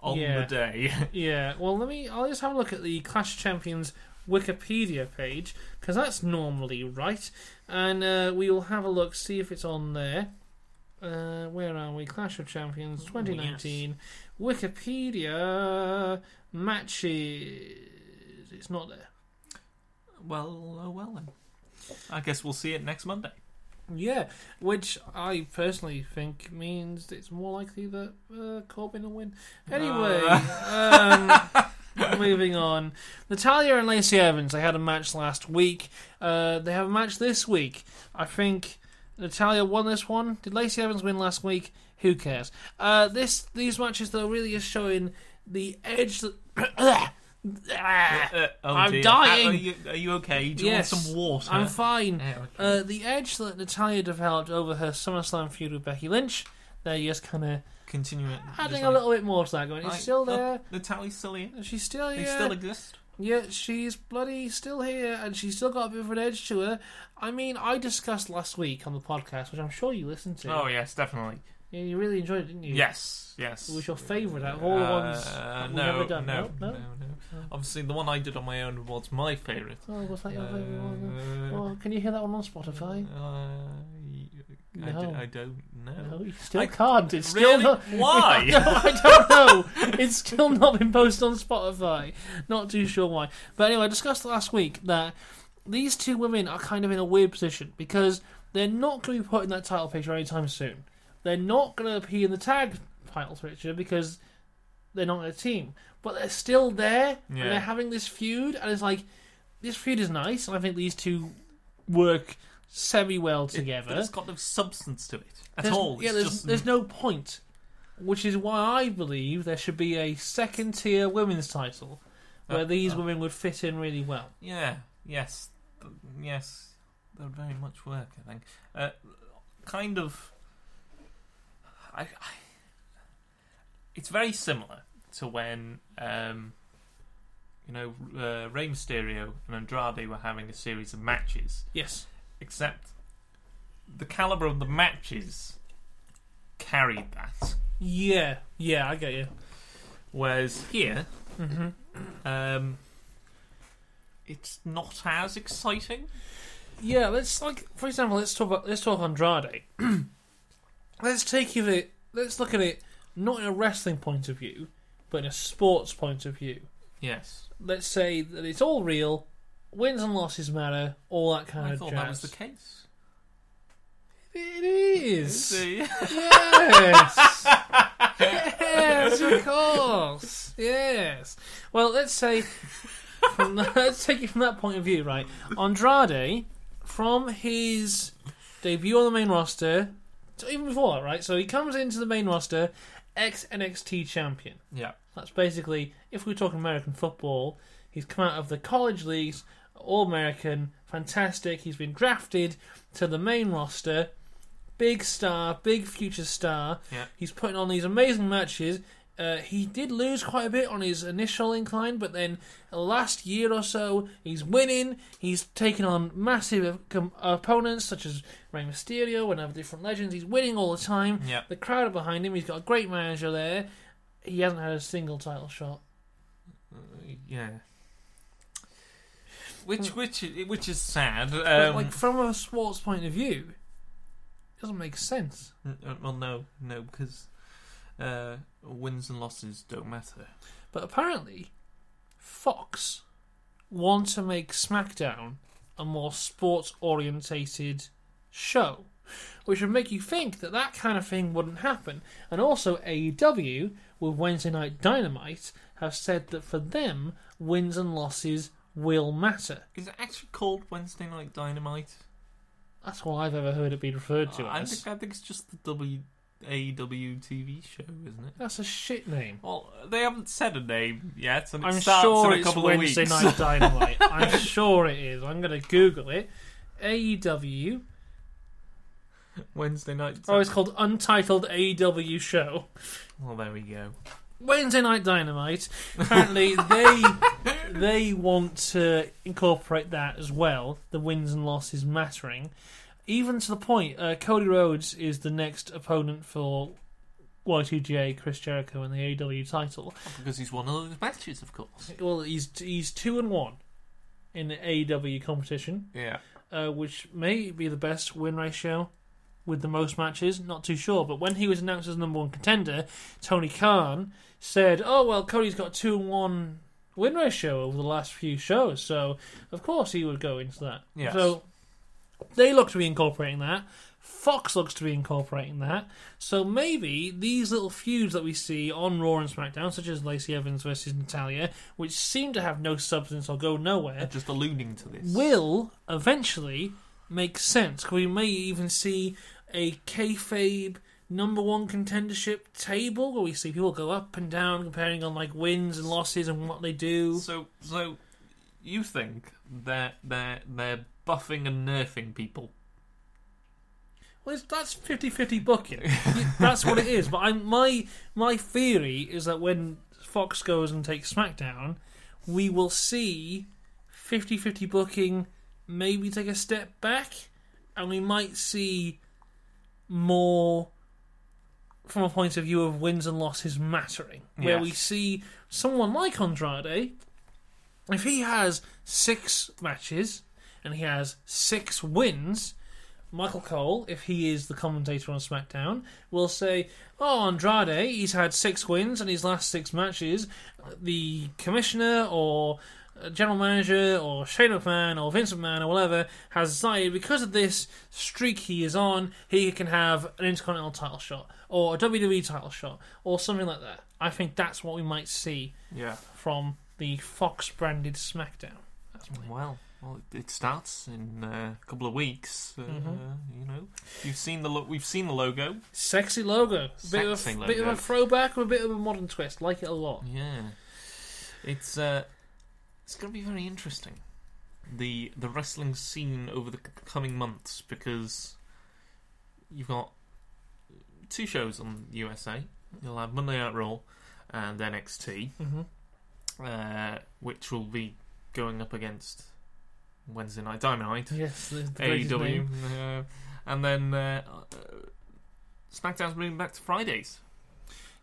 Speaker 2: on
Speaker 1: Yeah.
Speaker 2: the day.
Speaker 1: Yeah, well, let me. I'll just have a look at the Clash of Champions Wikipedia page because that's normally right, and uh, we will have a look, see if it's on there. Uh, where are we? Clash of Champions 2019 Wikipedia matches. It's not there.
Speaker 2: well, oh well then. I guess we'll see it next Monday.
Speaker 1: Yeah, which I personally think means it's more likely that uh, Corbyn will win. Anyway, um, moving on. Natalia and Lacey Evans, they had a match last week. Uh, they have a match this week. I think Natalia won this one. Did Lacey Evans win last week? Who cares? Uh, this These matches, though, really is showing the edge that.
Speaker 2: Uh, oh,
Speaker 1: I'm
Speaker 2: dear.
Speaker 1: dying.
Speaker 2: Uh, Are you, are you okay? Do you
Speaker 1: Yes.
Speaker 2: want some water?
Speaker 1: I'm fine.
Speaker 2: Yeah, okay.
Speaker 1: Uh, the edge that Natalia developed over her SummerSlam feud with Becky Lynch, they're just kind of
Speaker 2: Continue it.
Speaker 1: adding
Speaker 2: Just
Speaker 1: a
Speaker 2: like-
Speaker 1: little bit more to that. Going, it's
Speaker 2: Right.
Speaker 1: still
Speaker 2: Oh,
Speaker 1: there.
Speaker 2: the tally's still here.
Speaker 1: She's still
Speaker 2: They
Speaker 1: here.
Speaker 2: still exist.
Speaker 1: yeah, she's bloody still here, and she's still got a bit of an edge to her. I mean, I discussed last week on the podcast, which I'm sure you listened to.
Speaker 2: Oh yes, definitely.
Speaker 1: Yeah, you really enjoyed it, didn't you?
Speaker 2: Yes, yes.
Speaker 1: It was your favourite out of all the ones
Speaker 2: Uh,
Speaker 1: that we've
Speaker 2: no,
Speaker 1: ever done.
Speaker 2: No,
Speaker 1: no, no.
Speaker 2: no. Obviously, the one I did on my own was my favourite.
Speaker 1: Oh, was that your favourite one?
Speaker 2: Uh,
Speaker 1: Oh, can you hear that one on Spotify?
Speaker 2: Uh, I,
Speaker 1: No.
Speaker 2: d- I don't know.
Speaker 1: No, you still
Speaker 2: I-
Speaker 1: can't. It's still
Speaker 2: Really?
Speaker 1: not. No,
Speaker 2: Why?
Speaker 1: I don't know. It's still not been posted on Spotify. Not too sure why. But anyway, I discussed last week that these two women are kind of in a weird position because they're not going to be put in that title picture anytime soon. They're not going to appear in the tag title picture because they're not in a team. But they're still there
Speaker 2: Yeah.
Speaker 1: and they're having this feud, and it's like this feud is nice, and I think these two work semi well together.
Speaker 2: It's got no substance to it at
Speaker 1: There's-
Speaker 2: all.
Speaker 1: Yeah,
Speaker 2: it's
Speaker 1: there's,
Speaker 2: just
Speaker 1: there's no point, which is why I believe there should be a second tier women's title where
Speaker 2: Uh,
Speaker 1: these
Speaker 2: uh.
Speaker 1: women would fit in really well.
Speaker 2: Yeah. Yes. Th- Yes. They would very much work. I think. Uh, kind of. I, I. It's very similar to when, um, you know, uh, Rey Mysterio and Andrade were having a series of matches,
Speaker 1: Yes.
Speaker 2: except the caliber of the matches carried that.
Speaker 1: Yeah. Yeah, I get you.
Speaker 2: Whereas here, Mm-hmm.
Speaker 1: hmm
Speaker 2: um, it's not as exciting.
Speaker 1: Yeah. Let's like, for example, let's talk about let's talk Andrade. let's take of it. Let's look at it not in a wrestling point of view, but in a sports point of view.
Speaker 2: Yes.
Speaker 1: Let's say that it's all real, wins and losses matter, all that kind
Speaker 2: I
Speaker 1: of
Speaker 2: thought
Speaker 1: Uh, jazz.
Speaker 2: that was the case.
Speaker 1: It is.
Speaker 2: See?
Speaker 1: Yes. yes, of course. Yes. Well, let's say, from the, let's take it from that point of view, right? Andrade, from his debut on the main roster, so even before that, right? So he comes into the main roster, ex NXT champion.
Speaker 2: yeah.
Speaker 1: That's basically, if we're talking American football, he's come out of the college leagues, all American, fantastic. He's been drafted to the main roster, big star, big future star.
Speaker 2: Yeah.
Speaker 1: He's putting on these amazing matches. Uh, he did lose quite a bit on his initial incline, but then last year or so, he's winning. He's taken on massive com- opponents such as Rey Mysterio and other different legends. He's winning all the time.
Speaker 2: Yeah.
Speaker 1: The crowd are behind him. He's got a great manager there. He hasn't had a single title shot.
Speaker 2: yeah. Which which which is sad.
Speaker 1: Hmm. But,
Speaker 2: Um,
Speaker 1: like from a sports point of view, it doesn't make sense.
Speaker 2: n- uh, well, no, no, because uh, wins and losses don't matter.
Speaker 1: But apparently, Fox want to make SmackDown a more sports orientated show, which would make you think that that kind of thing wouldn't happen. And also, AEW with Wednesday Night Dynamite have said that for them, wins and losses will matter.
Speaker 2: Is it actually called Wednesday Night Dynamite?
Speaker 1: That's all I've ever heard it be referred to
Speaker 2: I
Speaker 1: as.
Speaker 2: think I think it's just the W AEW TV show, isn't it?
Speaker 1: That's a shit name.
Speaker 2: Well, they haven't said a name yet, and it
Speaker 1: I'm
Speaker 2: starts
Speaker 1: sure
Speaker 2: in a
Speaker 1: it's
Speaker 2: couple
Speaker 1: Wednesday
Speaker 2: of weeks.
Speaker 1: Night Dynamite. I'm sure it is. I'm going to Google it. E AEW.
Speaker 2: Wednesday Night.
Speaker 1: Oh, it's called Untitled AEW Show.
Speaker 2: Well, there we go.
Speaker 1: Wednesday Night Dynamite. Apparently, they they want to incorporate that as well. The wins and losses mattering, even to the point. Uh, Cody Rhodes is the next opponent for Y2J, Chris Jericho, and the AEW title.
Speaker 2: Because he's one of those matches, of course.
Speaker 1: Well, he's he's two and one in the AEW competition.
Speaker 2: Yeah.
Speaker 1: uh, which may be the best win ratio with the most matches. Not too sure, but when he was announced as number one contender, Tony Khan said, "Oh well, Cody's got two and one win ratio over the last few shows, so of course he would go into that."
Speaker 2: Yes.
Speaker 1: So they look to be incorporating that. Fox looks to be incorporating that. So maybe these little feuds that we see on Raw and SmackDown, such as Lacey Evans versus Natalia, which seem to have no substance or go nowhere,
Speaker 2: I'm just alluding to this.
Speaker 1: will eventually make sense. We may even see a kayfabe number one contendership table where we see people go up and down comparing on like wins and losses and what they do.
Speaker 2: So, so you think that they're they're buffing and nerfing people?
Speaker 1: Well, it's, that's 50-50 booking. You- that's what it is. But I'm, my my theory is that when Fox goes and takes SmackDown, we will see 50-50 booking maybe take a step back, and we might see more from a point of view of wins and losses mattering, where
Speaker 2: Yes.
Speaker 1: we see someone like Andrade, if he has six matches and he has six wins. Michael Cole, if he is the commentator on SmackDown, will say, "Oh, Andrade, he's had six wins in his last six matches. The commissioner or uh, general manager or Shane McMahon or Vince McMahon or whatever has decided because of this streak he is on, he can have an Intercontinental title shot or a WWE title shot or something like that." I think that's what we might see
Speaker 2: Yeah.
Speaker 1: from the Fox-branded SmackDown. That's my
Speaker 2: Well, well, it- it starts in uh, a couple of weeks. Uh,
Speaker 1: Mhm.
Speaker 2: You know, you've seen the lo- we've seen the logo.
Speaker 1: Sexy logo. bit, of
Speaker 2: Sexy
Speaker 1: a,
Speaker 2: logo.
Speaker 1: bit of a throwback with a bit of a modern twist. Like it a lot.
Speaker 2: Yeah, it's uh, it's going to be very interesting. The the wrestling scene over the c- coming months because you've got two shows on USA. You'll have Monday Night Raw and NXT,
Speaker 1: hmm
Speaker 2: uh, which will be going up against Wednesday Night Dynamite.
Speaker 1: Yes, the the greatest name.
Speaker 2: AEW, uh, and then uh, uh, SmackDown's moving back to Fridays.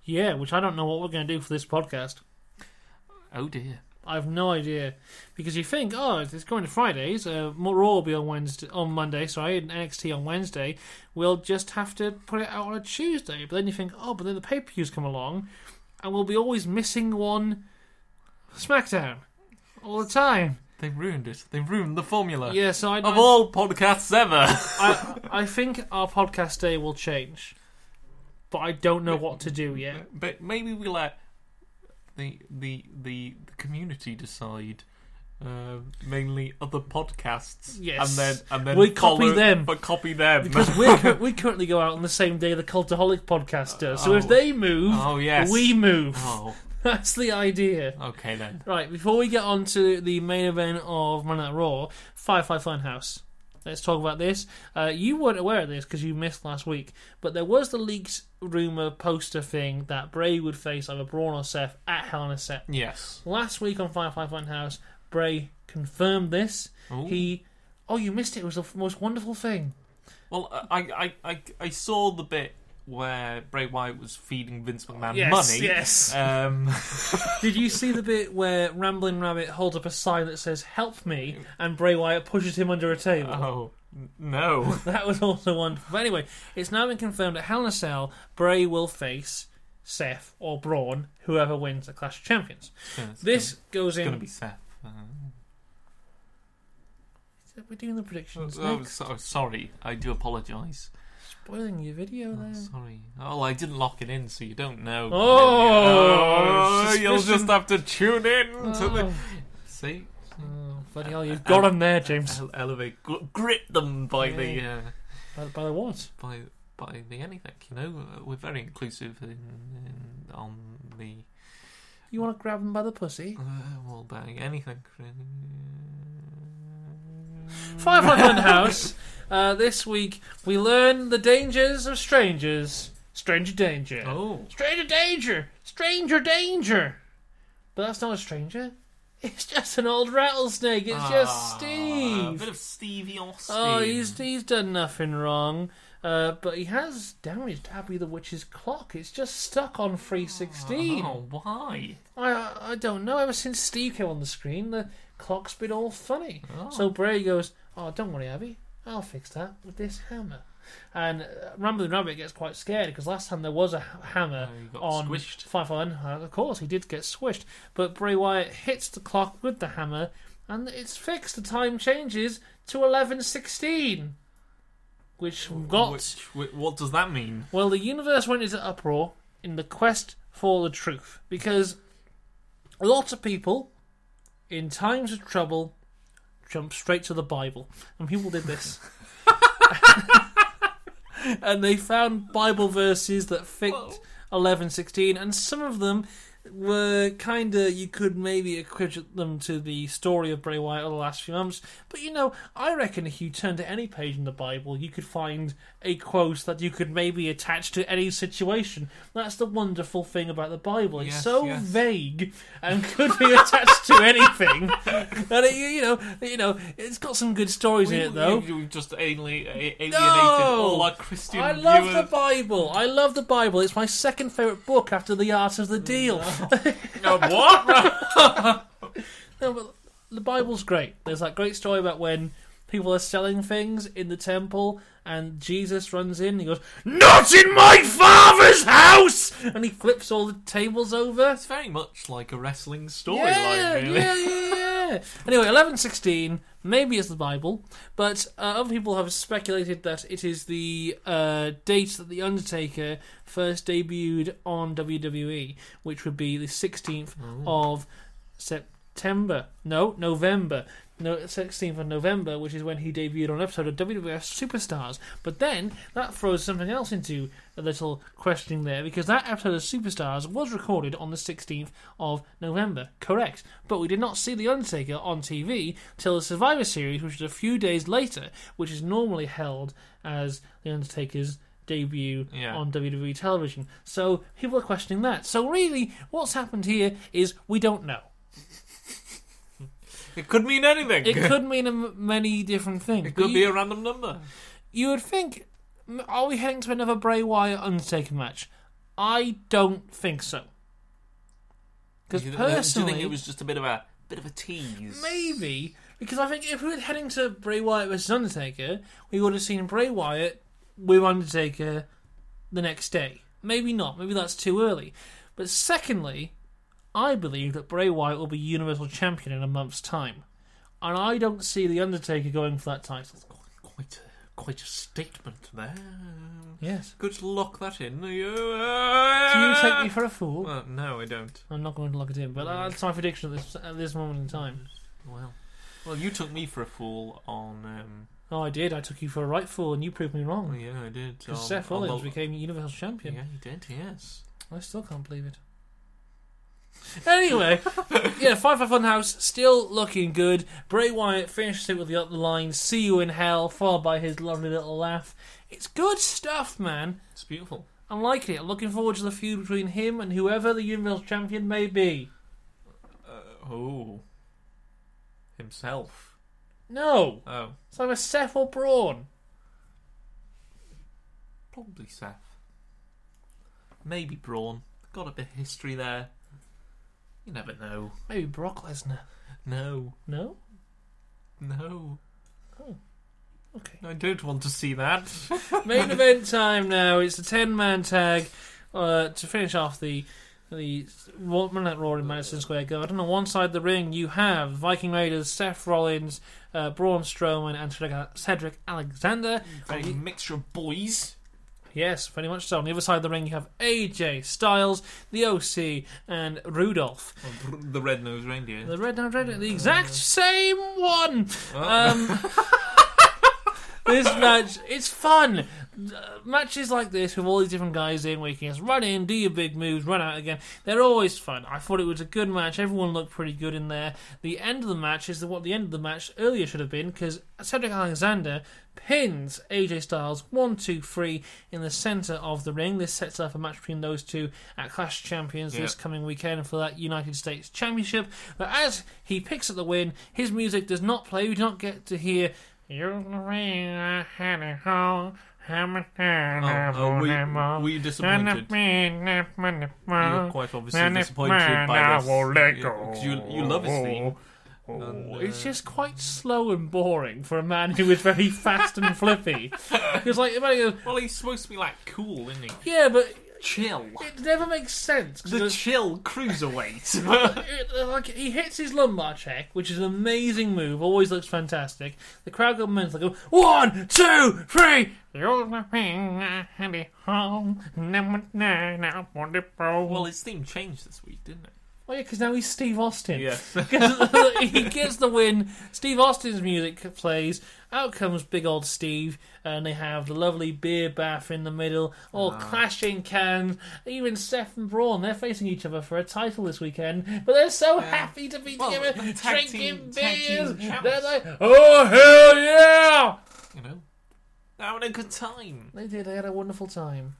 Speaker 1: Yeah, which I don't know what we're going to do for this podcast.
Speaker 2: Oh dear.
Speaker 1: I have no idea because you think, oh, it's going to Fridays. Uh, Raw will be on Wednesday, on Monday. Sorry, and NXT on Wednesday. We'll just have to put it out on a Tuesday. But then you think, oh, but then the pay per views come along, and we'll be always missing one SmackDown all the time.
Speaker 2: They ruined it. They ruined the formula
Speaker 1: Yeah, so I,
Speaker 2: Uh, of
Speaker 1: I,
Speaker 2: all podcasts ever.
Speaker 1: I, I think our podcast day will change, but I don't know what to do yet.
Speaker 2: but maybe we let the the the, the community decide. Uh, mainly other podcasts.
Speaker 1: Yes.
Speaker 2: And then and then
Speaker 1: We copy
Speaker 2: follow-
Speaker 1: them.
Speaker 2: But copy them.
Speaker 1: Because we're, cur- we currently go out on the same day the Cultaholic podcast does. So
Speaker 2: Oh.
Speaker 1: if they move,
Speaker 2: oh yes.
Speaker 1: we move.
Speaker 2: Oh,
Speaker 1: That's the idea.
Speaker 2: okay then.
Speaker 1: Right, before we get on to the main event of Monday Night Raw, Firefly Funhouse. Let's talk about this. Uh, you weren't aware of this because you missed last week, but there was the leaks rumor poster thing that Bray would face either Braun or Seth at Hell in a Cell.
Speaker 2: Yes.
Speaker 1: Last week on Firefly Funhouse, Bray confirmed this.
Speaker 2: Ooh.
Speaker 1: He, oh, you missed it. It was the f- most wonderful thing.
Speaker 2: Well, uh, I, I, I, I saw the bit where Bray Wyatt was feeding Vince McMahon
Speaker 1: Yes,
Speaker 2: money.
Speaker 1: yes.
Speaker 2: Um,
Speaker 1: Did you see the bit where Rambling Rabbit holds up a sign that says "Help me" and Bray Wyatt pushes him under a table?
Speaker 2: oh no.
Speaker 1: That was also wonderful. But anyway, it's now been confirmed that Hell in a Cell, Bray will face Seth or Braun, whoever wins the Clash of Champions.
Speaker 2: It's
Speaker 1: This goes
Speaker 2: gonna
Speaker 1: in.
Speaker 2: be Seth. Uh,
Speaker 1: We're doing the predictions
Speaker 2: oh,
Speaker 1: next.
Speaker 2: so, sorry. I do apologise.
Speaker 1: Spoiling your video
Speaker 2: Oh,
Speaker 1: there.
Speaker 2: sorry. Oh, I didn't lock it in, so you don't know.
Speaker 1: Oh,
Speaker 2: Oh, you'll
Speaker 1: suspicion.
Speaker 2: just have to tune in to the.
Speaker 1: Oh,
Speaker 2: See,
Speaker 1: oh, bloody hell, you've got him there, James.
Speaker 2: Ele- elevate, gr- grip them by the
Speaker 1: Yeah.
Speaker 2: uh,
Speaker 1: By, by the what?
Speaker 2: by by the anything. You know, Uh, we're very inclusive in, in on the
Speaker 1: You want to grab him by the pussy?
Speaker 2: uh, well, by anything. really.
Speaker 1: Five Hundred House. Uh, this week we learn the dangers of strangers. Stranger danger.
Speaker 2: Oh,
Speaker 1: Stranger danger! Stranger danger! But that's not a stranger. It's just an old rattlesnake. It's just
Speaker 2: Ah, A
Speaker 1: Steve.
Speaker 2: bit of Stevie Austin.
Speaker 1: Oh, he's, he's done nothing wrong. Uh, but he has damaged Abby the Witch's clock. It's just stuck on 316.
Speaker 2: Oh, why?
Speaker 1: I- I, I don't know. Ever since Steve came on the screen, the clock's been all funny.
Speaker 2: Oh.
Speaker 1: So Bray goes, Oh, don't worry, Abby. I'll fix that with this hammer. And uh, Rambling Rabbit gets quite scared because last time there was a ha- hammer
Speaker 2: Oh, he got
Speaker 1: on
Speaker 2: squished.
Speaker 1: Five One. Uh, Of course, he did get squished. But Bray Wyatt hits the clock with the hammer and it's fixed. The time changes to 11.16. Which got
Speaker 2: Oh, Which, wh- what does that mean?
Speaker 1: well, the universe went into uproar in the quest for the truth because lots of people, in times of trouble, jump straight to the Bible, and people did this. and they found Bible verses that fit
Speaker 2: Whoa.
Speaker 1: eleven sixteen, and some of them were kind of you could maybe equate them to the story of Bray Wyatt over the last few months. But you know, I reckon if you turned to any page in the Bible, you could find a quote that you could maybe attach to any situation. That's the wonderful thing about the Bible; it's
Speaker 2: Yes,
Speaker 1: so
Speaker 2: yes.
Speaker 1: vague and could be attached to anything. That it, you know, you know, it's got some good stories in it though.
Speaker 2: You, have just alienate, a- alienated
Speaker 1: No!
Speaker 2: all our Christian
Speaker 1: I love
Speaker 2: viewers.
Speaker 1: the Bible. I love the Bible. It's my second favorite book after The Art of
Speaker 2: Mm,
Speaker 1: the Deal.
Speaker 2: Uh, what?
Speaker 1: No, but the Bible's great. There's that great story about when people are selling things in the temple and Jesus runs in and he goes, Not in my father's house! And he flips all the tables over.
Speaker 2: it's very much like a wrestling storyline,
Speaker 1: Yeah,
Speaker 2: really.
Speaker 1: yeah, yeah, yeah. Anyway, 1116, maybe it's the Bible, but uh, other people have speculated that it is the uh, date that The Undertaker first debuted on WWE, which would be the 16th
Speaker 2: Oh.
Speaker 1: of September. No, November. No, 16th of November, which is when he debuted on an episode of WWF Superstars. But then that throws something else into a little questioning there, because that episode of Superstars was recorded on the 16th of November. Correct. But we did not see The Undertaker on TV till the Survivor Series, which is a few days later, which is normally held as The Undertaker's debut
Speaker 2: Yeah.
Speaker 1: on WWE television. So people are questioning that. So really, what's happened here is we don't know.
Speaker 2: It could mean anything.
Speaker 1: It could mean a m- many different things.
Speaker 2: It
Speaker 1: but
Speaker 2: could
Speaker 1: you,
Speaker 2: be a random number.
Speaker 1: you would think, m- are we heading to another Bray Wyatt Undertaker match? I don't think so. Because
Speaker 2: Do you-
Speaker 1: personally,
Speaker 2: do you think it was just a bit of a bit of a tease?
Speaker 1: maybe because I think if we were heading to Bray Wyatt versus Undertaker, we would have seen Bray Wyatt with Undertaker the next day. Maybe not. Maybe that's too early. But secondly, I believe that Bray Wyatt will be Universal Champion in a month's time, and I don't see the Undertaker going for that title.
Speaker 2: Quite a, quite a statement there.
Speaker 1: Yes.
Speaker 2: Good lock that in. Do
Speaker 1: Do you
Speaker 2: you
Speaker 1: take me for a fool?
Speaker 2: Uh, Well, no, I don't.
Speaker 1: I'm not going to lock it in, but that's my prediction at this, at this moment in time.
Speaker 2: Well, well, you took me for a fool on. Um,
Speaker 1: Oh, I did. I took you for a right fool, and you proved me
Speaker 2: oh,
Speaker 1: wrong.
Speaker 2: yeah, I did.
Speaker 1: Because
Speaker 2: on-
Speaker 1: Seth
Speaker 2: on
Speaker 1: Rollins
Speaker 2: the-
Speaker 1: became Universal Champion.
Speaker 2: Yeah, you did. Yes.
Speaker 1: I still can't believe it. Anyway, yeah, Five Five Funhouse still looking good. Bray Wyatt finishes it with the, the line "See you in hell," followed by his lovely little laugh. It's good stuff, man.
Speaker 2: It's beautiful.
Speaker 1: I'm liking it. I'm looking forward to the feud between him and whoever the Universal Champion may be.
Speaker 2: Uh, oh, himself.
Speaker 1: No,
Speaker 2: Oh,
Speaker 1: it's either Seth or Braun.
Speaker 2: probably Seth. Maybe Braun. Got a bit of history there. You never know.
Speaker 1: Maybe Brock Lesnar.
Speaker 2: No,
Speaker 1: No,
Speaker 2: no, Oh.
Speaker 1: okay.
Speaker 2: I don't want to see that.
Speaker 1: Main event time now. It's a ten man tag uh, to finish off the the one minute Raw in Madison Square Garden. On one side of the ring, you have Viking Raiders, Seth Rollins, uh, Braun Strowman, and Cedric- Cedric Alexander.
Speaker 2: A mixture of boys.
Speaker 1: Yes, very much so. On the other side of the ring, you have AJ Styles, The OC, and Rudolph.
Speaker 2: Oh, The red nosed reindeer.
Speaker 1: The red, red, red the exact same one. Um, this match, it's fun. Uh, matches like this with all these different guys in, where you can just run in, do your big moves, run out again. They're always fun. I thought it was a good match. Everyone looked pretty good in there. The end of the match is what the end of the match earlier should have been, because Cedric Alexander pins AJ Styles one, two, three in the centre of the ring. This sets up a match between those two at Clash of Champions this
Speaker 2: Yeah.
Speaker 1: coming weekend for that United States Championship. But as he picks up the win, his music does not play. We do not get to hear. "You're the way I had it all, I'm a man
Speaker 2: Oh,
Speaker 1: of
Speaker 2: oh, were,
Speaker 1: them all,
Speaker 2: you, were you
Speaker 1: and a
Speaker 2: disappointed?
Speaker 1: man of man of
Speaker 2: You
Speaker 1: all,
Speaker 2: were quite obviously
Speaker 1: man of
Speaker 2: disappointed
Speaker 1: man
Speaker 2: by
Speaker 1: I
Speaker 2: this.
Speaker 1: will let
Speaker 2: Yeah,
Speaker 1: go.
Speaker 2: 'cause you, you love his theme.
Speaker 1: Oh,
Speaker 2: uh,
Speaker 1: it's just quite slow and boring for a man who is very fast and flippy. Because like, if I go,
Speaker 2: Well, he's supposed to be like cool, isn't he?
Speaker 1: yeah, but
Speaker 2: Chill.
Speaker 1: it never makes sense. 'cause
Speaker 2: The
Speaker 1: it's-
Speaker 2: chill cruiserweight.
Speaker 1: it- like he hits his lumbar check, which is an amazing move. Always looks fantastic. The crowd go mental. Go one, two, three. You're the thing I had it all. Number nine, I want it all.
Speaker 2: well, his theme changed this week, didn't it?
Speaker 1: Oh yeah, because now he's Steve Austin.
Speaker 2: Yes.
Speaker 1: he gets the win. Steve Austin's music plays. Out comes big old Steve, and they have the lovely beer bath in the middle, all
Speaker 2: Ah.
Speaker 1: clashing cans. Even Seth and Braun, they're facing each other for a title this weekend, but they're so happy to be
Speaker 2: Well,
Speaker 1: together,
Speaker 2: the tag
Speaker 1: drinking
Speaker 2: team- tag
Speaker 1: beers.
Speaker 2: team champs.
Speaker 1: They're like, oh hell yeah!
Speaker 2: You know, having a good time.
Speaker 1: They did. They had a wonderful time.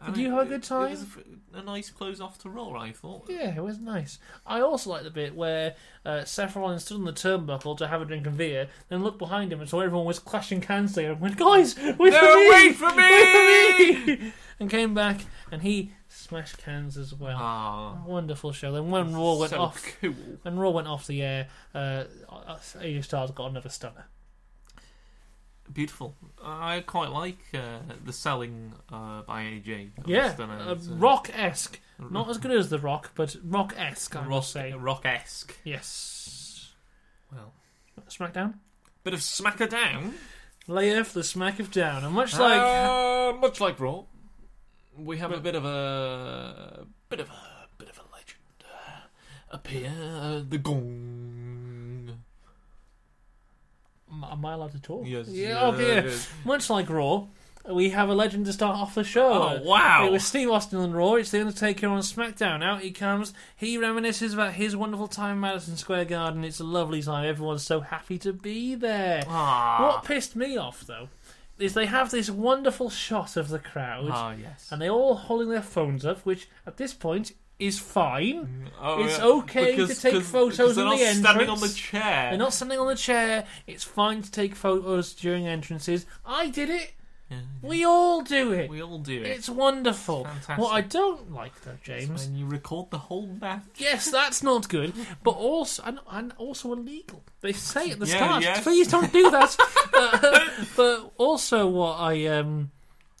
Speaker 2: I
Speaker 1: Did
Speaker 2: mean,
Speaker 1: you have a good
Speaker 2: it-
Speaker 1: time?
Speaker 2: It was a, a nice close off to Raw, I thought.
Speaker 1: Yeah, it was nice. I also liked the bit where uh, Seth Rollins stood on the turnbuckle to have a drink of beer, then looked behind him and saw everyone was clashing cans together and went, Guys, wait for
Speaker 2: No,
Speaker 1: me!
Speaker 2: wait for
Speaker 1: Wait for me!" and came back and he smashed cans as well.
Speaker 2: Ah,
Speaker 1: Wonderful show. Then when Raw went
Speaker 2: so
Speaker 1: off,
Speaker 2: cool.
Speaker 1: when Raw went off the air, uh, AJ Styles got another stunner.
Speaker 2: Beautiful. I quite like uh, the selling uh, by AJ. of
Speaker 1: yeah,
Speaker 2: Stunner.
Speaker 1: uh,
Speaker 2: It's, uh,
Speaker 1: Rock esque. Not as good as the Rock, but Rock esque. I
Speaker 2: rock,
Speaker 1: must say.
Speaker 2: rock-esque.
Speaker 1: Yes.
Speaker 2: Well,
Speaker 1: SmackDown.
Speaker 2: bit of smacker down.
Speaker 1: Lay off the smack of down, and much like
Speaker 2: Uh, much like Raw, we have a bit of a bit of a bit of a legend uh, appear. Uh, the gong.
Speaker 1: Am am I allowed to talk?
Speaker 2: Yes.
Speaker 1: Yeah, oh, yeah.
Speaker 2: yes.
Speaker 1: Much like Raw, we have a legend to start off the show.
Speaker 2: Oh, wow.
Speaker 1: It was Steve Austin on Raw. It's The Undertaker on SmackDown. Out he comes. He reminisces about his wonderful time in Madison Square Garden. It's a lovely time. Everyone's so happy to be there.
Speaker 2: Ah.
Speaker 1: What pissed me off, though, is they have this wonderful shot of the crowd,
Speaker 2: Ah, yes.
Speaker 1: and they're all holding their phones up, which at this point is fine.
Speaker 2: Oh,
Speaker 1: It's okay to take photos
Speaker 2: because they're
Speaker 1: in
Speaker 2: not
Speaker 1: the
Speaker 2: standing on
Speaker 1: entrance.
Speaker 2: the chair.
Speaker 1: They're not standing on the chair. It's fine to take photos during entrances. I did it.
Speaker 2: Yeah,
Speaker 1: We all do it.
Speaker 2: we all do it.
Speaker 1: It's wonderful.
Speaker 2: Fantastic.
Speaker 1: What I don't like though, James.
Speaker 2: when you record the whole match.
Speaker 1: Yes, that's not good, but also and, and also illegal. They say at the
Speaker 2: Yeah,
Speaker 1: start,
Speaker 2: yes.
Speaker 1: please don't do that. Uh, but also, what I um,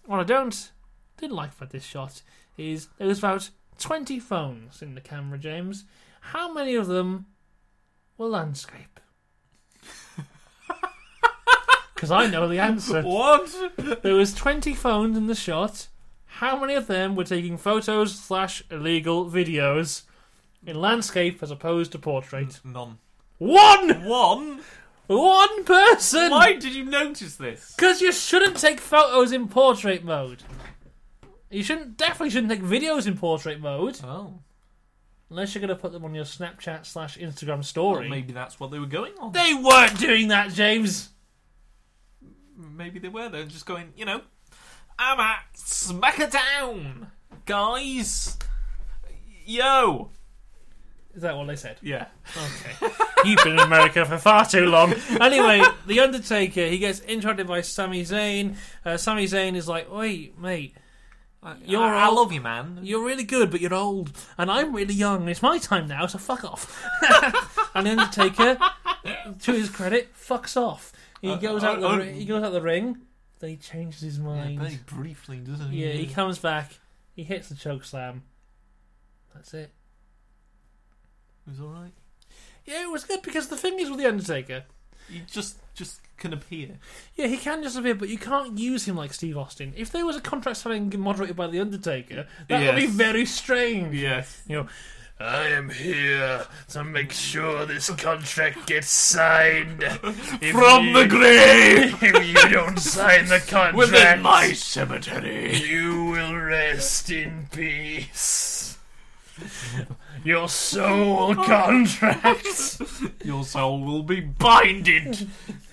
Speaker 1: what I don't didn't like about this shot is there was about twenty phones in the camera, James. How many of them were landscape? Because I know the answer.
Speaker 2: What?
Speaker 1: There was 20 phones in the shot. How many of them were taking photos slash illegal videos in landscape as opposed to portrait?
Speaker 2: None.
Speaker 1: One!
Speaker 2: One.
Speaker 1: One person!
Speaker 2: Why did you notice this?
Speaker 1: Because you shouldn't take photos in portrait mode. You shouldn't, definitely shouldn't take videos in portrait mode.
Speaker 2: Oh.
Speaker 1: Unless you're going to put them on your Snapchat slash Instagram story.
Speaker 2: Or maybe that's what they were going on.
Speaker 1: They weren't doing that, James.
Speaker 2: Maybe they were. They're just going, you know, I'm at Smackerdown, guys. Yo.
Speaker 1: Is that what they said?
Speaker 2: Yeah.
Speaker 1: Okay. You've been in America for far too long. Anyway, The Undertaker, he gets interrupted by Sami Zayn. Uh, Sami Zayn is like, wait, mate,
Speaker 2: You're.
Speaker 1: you're
Speaker 2: I, I
Speaker 1: old.
Speaker 2: love you, man.
Speaker 1: You're really good, but you're old. And I'm really young. It's my time now, so fuck off. and The Undertaker, to his credit, fucks off. He
Speaker 2: Uh,
Speaker 1: goes
Speaker 2: uh,
Speaker 1: out the
Speaker 2: uh,
Speaker 1: ri- he goes out the ring. Then he changes his mind.
Speaker 2: Very briefly, doesn't he?
Speaker 1: Yeah, he comes back. He hits the choke slam. That's it.
Speaker 2: It was all right.
Speaker 1: Yeah, it was good because the thing is with the Undertaker,
Speaker 2: He just just can appear.
Speaker 1: yeah, he can disappear, but you can't use him like Steve Austin. If there was a contract signing moderated by the Undertaker, that would be
Speaker 2: Yes.
Speaker 1: very strange.
Speaker 2: Yes.
Speaker 1: You know, I am here to make sure this contract gets signed.
Speaker 2: From the grave
Speaker 1: if you don't sign the contract,
Speaker 2: within my cemetery.
Speaker 1: You will rest in peace. Your soul contract.
Speaker 2: Your soul will be binded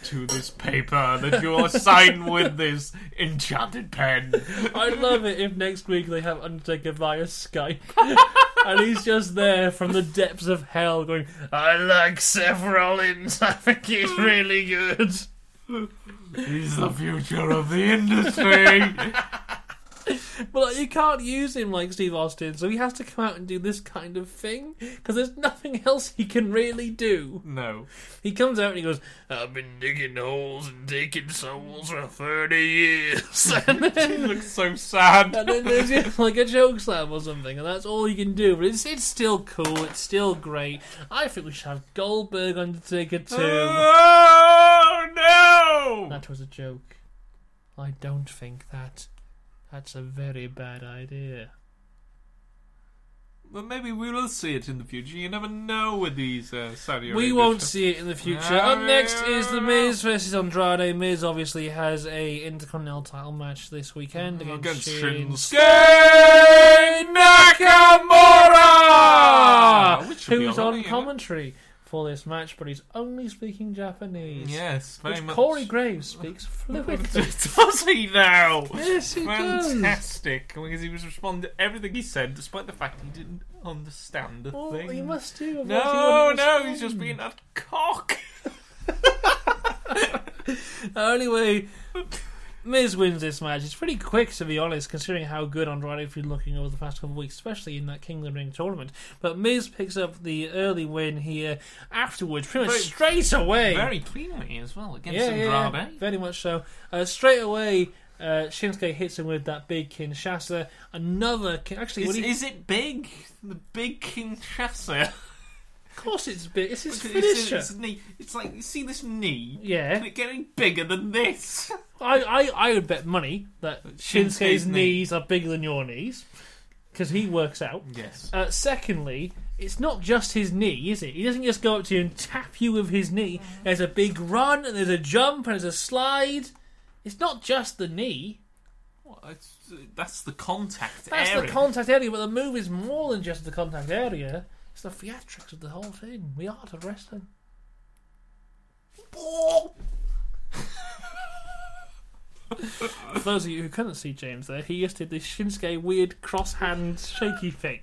Speaker 2: to this paper that you are signed with this enchanted pen.
Speaker 1: I'd love it if next week they have Undertaker via Skype. and he's just there from the depths of hell going, I like Seth Rollins. I think he's really good.
Speaker 2: He's the future of the industry.
Speaker 1: But like, you can't use him like Steve Austin, so he has to come out and do this kind of thing because there's nothing else he can really do.
Speaker 2: no.
Speaker 1: He comes out and he goes, I've been digging holes and taking souls for 30 years. and
Speaker 2: He
Speaker 1: then.
Speaker 2: looks so sad.
Speaker 1: And then there's just like a joke slam or something, and that's all you can do. But it's it's still cool. It's still great. I think we should have Goldberg Undertaker too.
Speaker 2: Oh no!
Speaker 1: that was a joke. I don't think that. That's a very bad idea.
Speaker 2: Well, maybe we will see it in the future. You never know with these uh, Saudi Arabia.
Speaker 1: We won't
Speaker 2: stuff.
Speaker 1: see it in the future.
Speaker 2: No,
Speaker 1: Up next
Speaker 2: no, no,
Speaker 1: is The
Speaker 2: no.
Speaker 1: Miz versus Andrade. Miz obviously has a Intercontinental title match this weekend
Speaker 2: Mm, against
Speaker 1: against,
Speaker 2: Shinsuke Nakamura,
Speaker 1: Shinsuke,
Speaker 2: Which should be
Speaker 1: Ah, who's
Speaker 2: alright,
Speaker 1: on
Speaker 2: isn't it?
Speaker 1: commentary for this match, but he's only speaking Japanese.
Speaker 2: Yes, very
Speaker 1: Which
Speaker 2: much.
Speaker 1: Corey Graves speaks fluently.
Speaker 2: Does he now?
Speaker 1: yes, he does.
Speaker 2: Fantastic, because he was responding to everything he said, despite the fact he didn't understand a
Speaker 1: Well,
Speaker 2: thing.
Speaker 1: he Oh, must do. otherwise he
Speaker 2: no,
Speaker 1: wouldn't
Speaker 2: no, he's just
Speaker 1: respond.
Speaker 2: being a cock.
Speaker 1: Anyway, Miz wins this match. It's pretty quick, to be honest, considering how good Andrade's been looking over the past couple of weeks, especially in that Kingdom Ring tournament. But Miz picks up the early win here afterwards, pretty much
Speaker 2: Very-
Speaker 1: straight away.
Speaker 2: Very cleanly as well against
Speaker 1: yeah, yeah, yeah,
Speaker 2: Andrade.
Speaker 1: very much so. Uh, straight away, uh, Shinsuke hits him with that big Kinshasa. Another, kin- actually,
Speaker 2: Is,
Speaker 1: what he,
Speaker 2: is it big? The big Kinshasa.
Speaker 1: of course, it's big. It's his
Speaker 2: It's,
Speaker 1: finisher.
Speaker 2: it's, knee. it's like you see this knee.
Speaker 1: yeah,
Speaker 2: Can it get any bigger than this?
Speaker 1: I, I, I would bet money that Shinsuke's,
Speaker 2: Shinsuke's knee.
Speaker 1: knees are bigger than your knees because he works out.
Speaker 2: Yes.
Speaker 1: Uh, secondly, it's not just his knee, is it? He doesn't just go up to you and tap you with his knee. There's a big run, and there's a jump, and there's a slide. It's not just the knee.
Speaker 2: that's the contact
Speaker 1: That's
Speaker 2: area.
Speaker 1: the contact area, but the move is more than just the contact area. It's the theatrics of the whole thing. The art of wrestling.
Speaker 2: Oh,
Speaker 1: For those of you who couldn't see James there, he just did this Shinsuke weird cross hand shaky thing.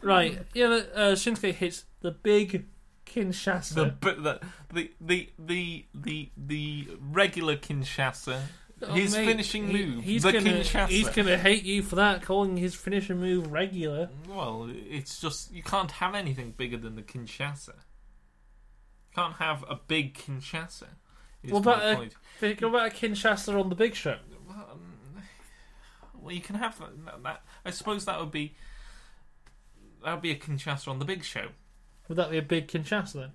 Speaker 1: Right, yeah, the- uh, Shinsuke hits the big Kinshasa.
Speaker 2: the, bu- the the the the the the regular Kinshasa.
Speaker 1: Oh,
Speaker 2: his
Speaker 1: mate,
Speaker 2: finishing
Speaker 1: he-
Speaker 2: move.
Speaker 1: he's
Speaker 2: the
Speaker 1: gonna,
Speaker 2: Kinshasa.
Speaker 1: He's gonna hate you for that, calling his finishing move regular.
Speaker 2: Well, it's just you can't have anything bigger than the Kinshasa. Can't have a big Kinshasa. is
Speaker 1: What about
Speaker 2: my
Speaker 1: a-
Speaker 2: point.
Speaker 1: Think about a Kinshasa on the Big Show.
Speaker 2: um, Well, you can have that, that, that. I suppose that would be that would be a Kinshasa on the Big Show.
Speaker 1: Would that be a big Kinshasa then?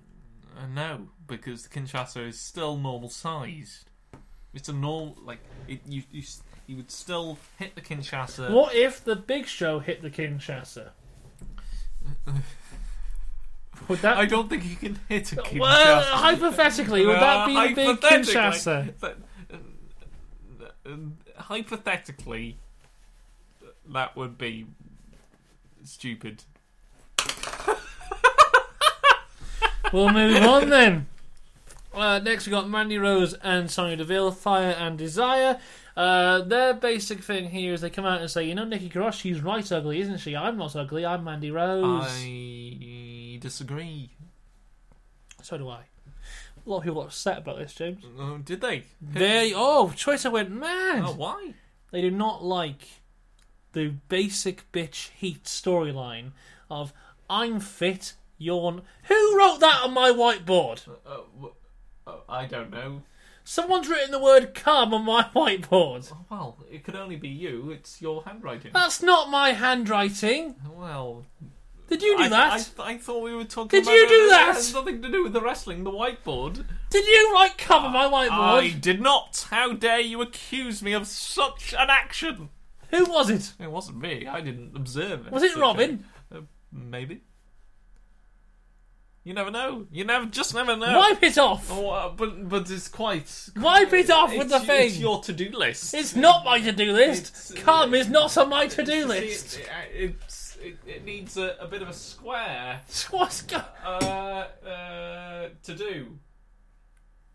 Speaker 2: Uh, no, because the Kinshasa is still normal sized. It's a normal like it, you you s- you would still hit the Kinshasa.
Speaker 1: What if the Big Show hit the Kinshasa? Would that?
Speaker 2: I don't think you can hit a Kinshasa.
Speaker 1: well, hypothetically, would that be
Speaker 2: Uh,
Speaker 1: the big
Speaker 2: hypothetically-
Speaker 1: Kinshasa?
Speaker 2: that- uh, uh, hypothetically, that would be stupid.
Speaker 1: We'll move on then. Uh, next, we got Mandy Rose and Sonya Deville, Fire and Desire. Uh, their basic thing here is they come out and say, you know, Nikki Cross, she's right ugly, isn't she? I'm not ugly. I'm Mandy Rose.
Speaker 2: I disagree.
Speaker 1: So do I. A lot of people are upset about this, James.
Speaker 2: Oh, did they?
Speaker 1: They oh, Twitter went mad.
Speaker 2: Oh, why?
Speaker 1: They do not like the basic bitch heat storyline of I'm fit, yawn. Who wrote that on my whiteboard?
Speaker 2: Uh, wh- oh, I don't know.
Speaker 1: Someone's written the word cum on my whiteboard.
Speaker 2: Oh, Well, it could only be you. It's your handwriting.
Speaker 1: That's not my handwriting.
Speaker 2: Well,
Speaker 1: Did you do
Speaker 2: I,
Speaker 1: that?
Speaker 2: I, I thought we were talking.
Speaker 1: Did
Speaker 2: about
Speaker 1: you do
Speaker 2: it
Speaker 1: that?
Speaker 2: has nothing to do with the wrestling. The whiteboard.
Speaker 1: Did you write cum on my
Speaker 2: I
Speaker 1: whiteboard?
Speaker 2: did not. How dare you accuse me of such an action?
Speaker 1: Who was it?
Speaker 2: It wasn't me. I didn't observe it.
Speaker 1: Was it
Speaker 2: Okay.
Speaker 1: Robin?
Speaker 2: Uh, maybe. You never know. You never just never know.
Speaker 1: Wipe it off.
Speaker 2: Oh, uh, but but it's quite.
Speaker 1: Wipe it off with the
Speaker 2: it's-
Speaker 1: thing.
Speaker 2: It's your to-do list.
Speaker 1: It's not my to-do list.
Speaker 2: It's-
Speaker 1: Cum is not on my to-do
Speaker 2: See,
Speaker 1: list.
Speaker 2: It, uh, it's- it, it needs a, a bit of a square
Speaker 1: What's go-
Speaker 2: uh, uh, to do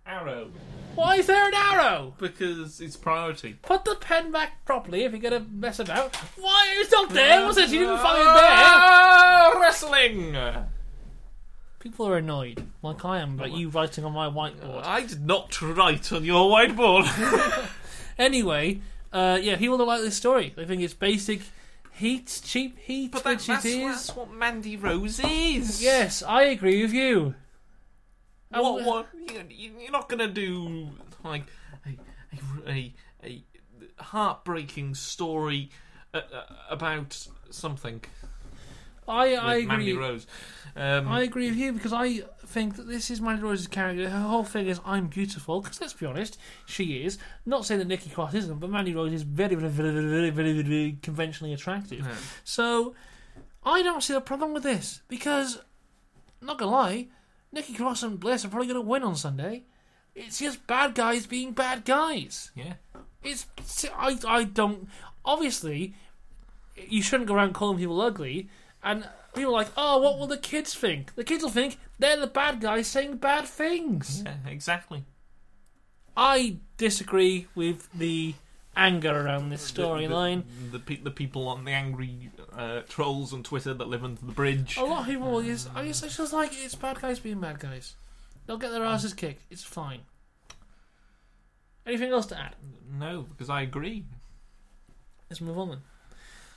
Speaker 2: arrow
Speaker 1: Why is there an arrow?
Speaker 2: because it's priority.
Speaker 1: Put the pen back properly if you're gonna mess about. Why? It's not there, was it? You didn't find it there.
Speaker 2: Ah, Wrestling.
Speaker 1: People are annoyed, like I am, about you writing on my whiteboard.
Speaker 2: I did not write on your whiteboard.
Speaker 1: Anyway, uh, yeah, people don't like this story. They think it's basic heat, cheap heat,
Speaker 2: but
Speaker 1: which
Speaker 2: that's, that's,
Speaker 1: it
Speaker 2: what,
Speaker 1: is.
Speaker 2: that's what Mandy Rose is.
Speaker 1: Yes, I agree with you. And
Speaker 2: What?
Speaker 1: wh-
Speaker 2: What? you- you- You're not gonna do like a a a, a heartbreaking story uh, uh, about something.
Speaker 1: I, I
Speaker 2: with Mandy
Speaker 1: agree.
Speaker 2: Rose. Um,
Speaker 1: I agree with you because I think that this is Mandy Rose's character. Her whole thing is I'm beautiful because let's be honest, she is. Not saying that Nikki Cross isn't, but Mandy Rose is very, very, very, very, very, very, very conventionally attractive.
Speaker 2: Yeah.
Speaker 1: So I don't see a problem with this because, not gonna lie, Nikki Cross and Bliss are probably gonna win on Sunday. It's just bad guys being bad guys.
Speaker 2: yeah.
Speaker 1: It's I I don't obviously you shouldn't go around calling people ugly and people are like oh what will the kids think the kids will think they're the bad guys saying bad things
Speaker 2: Yeah, exactly.
Speaker 1: I disagree with the anger around this
Speaker 2: The- the-
Speaker 1: storyline
Speaker 2: The, pe- the people on the angry uh, trolls on Twitter that live under the bridge.
Speaker 1: a lot of people will just I guess it's just like it's bad guys being bad guys they'll get
Speaker 2: Mm.
Speaker 1: their asses kicked it's fine anything else to add
Speaker 2: No, because I agree.
Speaker 1: let's move on then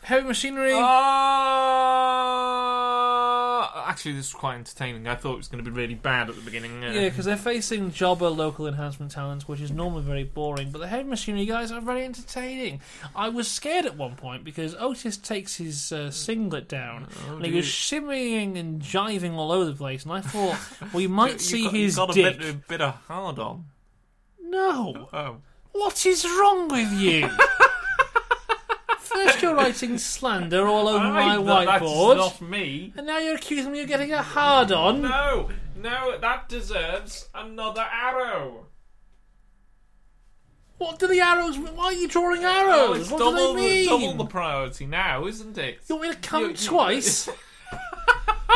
Speaker 1: heavy machinery
Speaker 2: Oh, Uh, actually, this is quite entertaining. I thought it was going to be really bad at the beginning. uh,
Speaker 1: Yeah, because they're facing Jobber local enhancement talents, which is normally very boring, but the heavy machinery guys are very entertaining. I was scared at one point because Otis takes his uh, singlet down
Speaker 2: Oh,
Speaker 1: and he
Speaker 2: dear.
Speaker 1: was shimmying and jiving all over the place, and I thought we might
Speaker 2: You
Speaker 1: see
Speaker 2: got- you
Speaker 1: his
Speaker 2: got a
Speaker 1: dick.
Speaker 2: bit, a bit of hard on.
Speaker 1: No,
Speaker 2: Oh,
Speaker 1: what is wrong with you? First, you're writing slander all over my whiteboard,
Speaker 2: That's not me.
Speaker 1: and now you're accusing me of getting a hard on.
Speaker 2: No, no, that deserves another arrow.
Speaker 1: What do the arrows? Why are you drawing
Speaker 2: Oh,
Speaker 1: arrows?
Speaker 2: it's
Speaker 1: what
Speaker 2: double,
Speaker 1: do they mean?
Speaker 2: The, double the priority now, isn't it?
Speaker 1: You want me to come
Speaker 2: You- you-
Speaker 1: twice?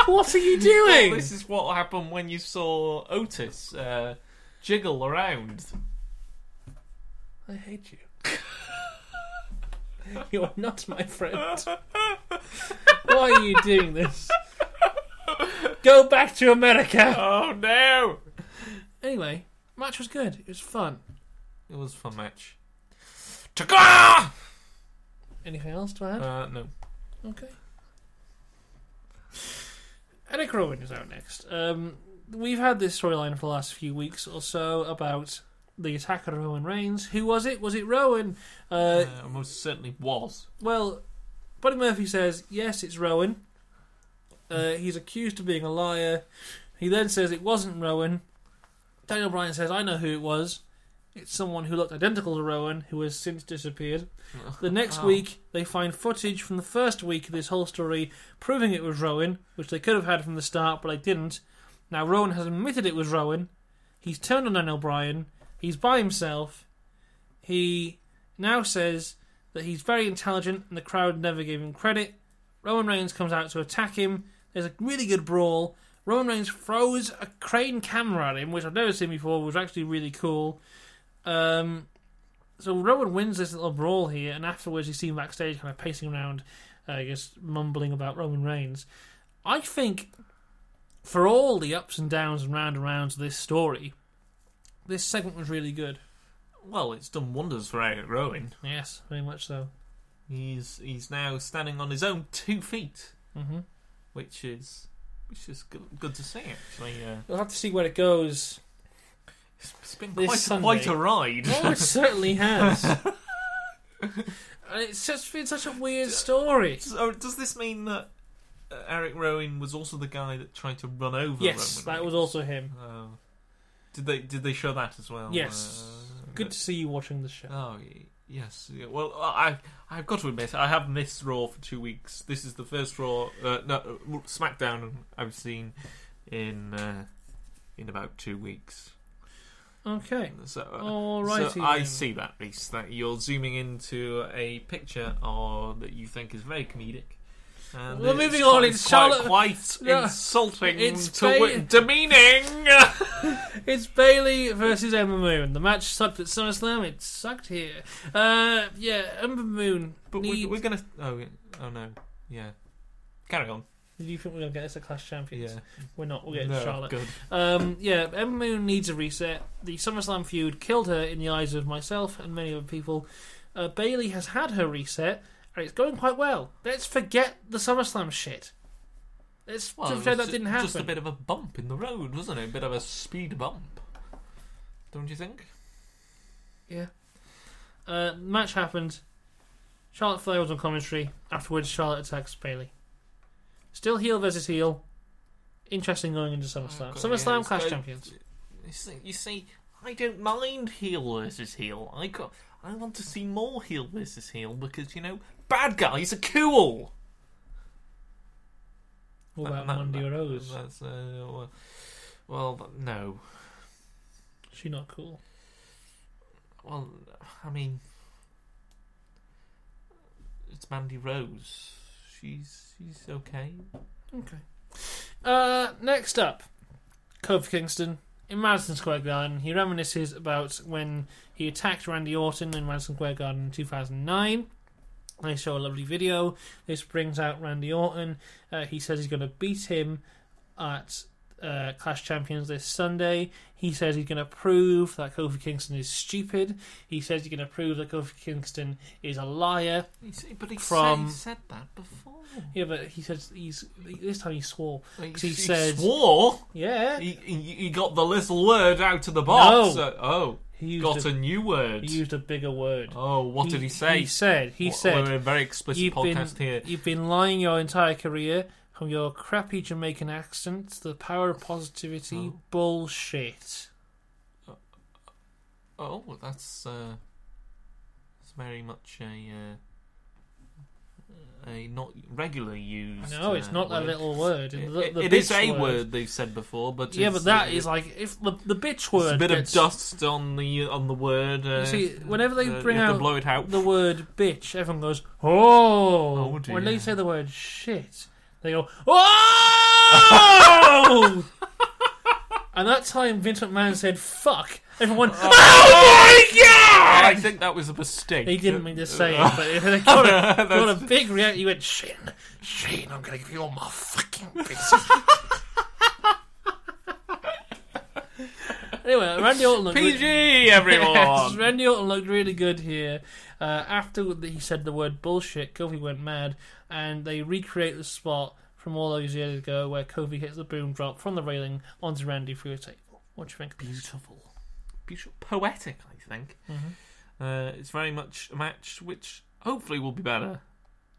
Speaker 1: what are you doing?
Speaker 2: Well, this is what happened when you saw Otis uh, jiggle around.
Speaker 1: I hate you. You're not my friend. Why are you doing this? Go back to America.
Speaker 2: Oh no!
Speaker 1: Anyway, match was good. It was fun.
Speaker 2: It was a fun match. Chaka!
Speaker 1: Anything else to add?
Speaker 2: Uh, no.
Speaker 1: Okay. Eric Rowan is out next. Um, we've had this storyline for the last few weeks or so about the attacker Rowan Reigns. Who was it? Was it Rowan? Uh,
Speaker 2: Uh, most certainly was.
Speaker 1: Well, Buddy Murphy says, yes, it's Rowan. Uh, he's accused of being a liar. He then says it wasn't Rowan. Daniel Bryan says, I know who it was. It's someone who looked identical to Rowan, who has since disappeared. The next
Speaker 2: Oh.
Speaker 1: week, they find footage from the first week of this whole story proving it was Rowan, which they could have had from the start, but they didn't. Now, Rowan has admitted it was Rowan. He's turned on Daniel Bryan. He's by himself. He now says that he's very intelligent and the crowd never gave him credit. Roman Reigns comes out to attack him. There's a really good brawl. Roman Reigns throws a crane camera at him, which I've never seen before, which was actually really cool. Um, so Roman wins this little brawl here, and afterwards he's seen backstage kind of pacing around, uh, just mumbling about Roman Reigns. I think for all the ups and downs and round and rounds of this story, this segment was really good.
Speaker 2: Well, it's done wonders for Eric Rowan.
Speaker 1: Yes, very much so.
Speaker 2: He's he's now standing on his own two feet,
Speaker 1: hmm
Speaker 2: which is which is good, good to see actually. Uh,
Speaker 1: We'll have to see where it goes.
Speaker 2: it's- it's been
Speaker 1: This
Speaker 2: quite a,
Speaker 1: Sunday.
Speaker 2: quite a ride.
Speaker 1: Well, it certainly has. And it's just been such a weird story.
Speaker 2: so does this mean that uh, Eric Rowan was also the guy that tried to run over?
Speaker 1: Yes,
Speaker 2: Roman
Speaker 1: that was
Speaker 2: Reigns?
Speaker 1: also him.
Speaker 2: Oh. Did they did they show that as well?
Speaker 1: Yes.
Speaker 2: Uh,
Speaker 1: Good to see you watching the show.
Speaker 2: Oh y- yes. Yeah, Well, I I've got to admit I have missed Raw for two weeks. This is the first Raw, uh, no uh, SmackDown I've seen in uh, in about two weeks.
Speaker 1: Okay.
Speaker 2: So, uh,
Speaker 1: Alrighty.
Speaker 2: so I
Speaker 1: then.
Speaker 2: see that, Reese, that you're zooming into a picture or that you think is very comedic. And
Speaker 1: Well,
Speaker 2: it's
Speaker 1: moving
Speaker 2: quite-
Speaker 1: on, it's
Speaker 2: quite,
Speaker 1: Charlotte-
Speaker 2: quite
Speaker 1: No,
Speaker 2: insulting,
Speaker 1: it's
Speaker 2: to wi-
Speaker 1: ba-
Speaker 2: demeaning.
Speaker 1: It's Bailey versus Ember Moon. The match sucked at SummerSlam. It sucked here. Uh, yeah, Ember Moon.
Speaker 2: but
Speaker 1: need...
Speaker 2: we're, we're gonna. Oh, yeah. oh no, yeah. Carry on.
Speaker 1: Do you think we're gonna get this at Clash of Champions?
Speaker 2: Yeah.
Speaker 1: We're not. We're getting
Speaker 2: No,
Speaker 1: Charlotte.
Speaker 2: good.
Speaker 1: Um, yeah, Ember Moon needs a reset. The SummerSlam feud killed her in the eyes of myself and many other people. Uh, Bailey has had her reset, and it's going quite well. Let's forget the SummerSlam shit. Let's
Speaker 2: Well, it
Speaker 1: pretend
Speaker 2: was
Speaker 1: that
Speaker 2: ju-
Speaker 1: didn't happen.
Speaker 2: Just a bit of a bump in the road, wasn't it? A bit of a speed bump. Don't you think?
Speaker 1: Yeah. Uh, match happened. Charlotte Flair was on commentary. Afterwards, Charlotte attacks Bailey. Still heel versus heel. Interesting going into SummerSlam.
Speaker 2: Oh, God, yeah,
Speaker 1: SummerSlam
Speaker 2: it's
Speaker 1: Clash
Speaker 2: very-
Speaker 1: Champions.
Speaker 2: You see, you see, I don't mind heel versus heel. I got, I want to see more heel versus heel because you know bad guys are cool.
Speaker 1: What
Speaker 2: That-
Speaker 1: about
Speaker 2: that-
Speaker 1: Mandy
Speaker 2: that-
Speaker 1: Rose?
Speaker 2: That's uh, well, well, but no.
Speaker 1: She not cool.
Speaker 2: Well, I mean, it's Mandy Rose. She's she's okay.
Speaker 1: Uh, next up, Kofi Kingston in Madison Square Garden. He reminisces about when he attacked Randy Orton in Madison Square Garden in 2009. They show a lovely video. This brings out Randy Orton. Uh, he says he's going to beat him at uh, Clash Champions this Sunday. He says he's going to prove that Kofi Kingston is stupid. He says he's going to prove that Kofi Kingston is a liar.
Speaker 2: You see, But he
Speaker 1: From-
Speaker 2: said, he said that before.
Speaker 1: Yeah, but he says he's this time he swore.
Speaker 2: He,
Speaker 1: 'Cause he said-
Speaker 2: swore.
Speaker 1: Yeah,
Speaker 2: He, he, he got the little word out of the box.
Speaker 1: No.
Speaker 2: Uh, oh,
Speaker 1: he used
Speaker 2: got
Speaker 1: a,
Speaker 2: a new word.
Speaker 1: he used a bigger word.
Speaker 2: Oh, what did he say?
Speaker 1: He said, he
Speaker 2: Well,
Speaker 1: said,
Speaker 2: we're a very explicit
Speaker 1: you've been,
Speaker 2: podcast here.
Speaker 1: you've been lying your entire career from your crappy Jamaican accent to the power of positivity
Speaker 2: Oh.
Speaker 1: bullshit.
Speaker 2: Oh, well, that's uh, it's very much a uh, a not regularly used.
Speaker 1: No, it's
Speaker 2: uh,
Speaker 1: not
Speaker 2: word.
Speaker 1: a little word.
Speaker 2: It-
Speaker 1: The- the
Speaker 2: it is
Speaker 1: bitch
Speaker 2: a word. they've said before, but
Speaker 1: Yeah,
Speaker 2: it's,
Speaker 1: but that
Speaker 2: uh,
Speaker 1: is like if the, the bitch word.
Speaker 2: it's a bit
Speaker 1: gets-
Speaker 2: of dust on the on the word. Uh,
Speaker 1: see, whenever they
Speaker 2: uh, you
Speaker 1: bring
Speaker 2: have to
Speaker 1: out
Speaker 2: blow it out.
Speaker 1: the word bitch, everyone goes, oh.
Speaker 2: Oh, dear.
Speaker 1: when they say the word shit, they go, oh! and that time Vince McMahon said fuck, everyone, oh, my god!
Speaker 2: I think that was a mistake.
Speaker 1: He didn't mean to say it, but if they got a, got a big reaction. He went, Shane, Shane, I'm going to give you all my fucking business. anyway, Randy Orton looked
Speaker 2: PG,
Speaker 1: re-
Speaker 2: everyone.
Speaker 1: Yes, Randy Orton looked really good here. Uh, after he said the word bullshit, Kofi went mad, and they recreate the spot from all those years ago where Kofi hits the boom drop from the railing onto Randy through a table. What do you think?
Speaker 2: beautiful, beautiful, poetic. I think
Speaker 1: Mm-hmm.
Speaker 2: uh, it's very much a match which hopefully will be better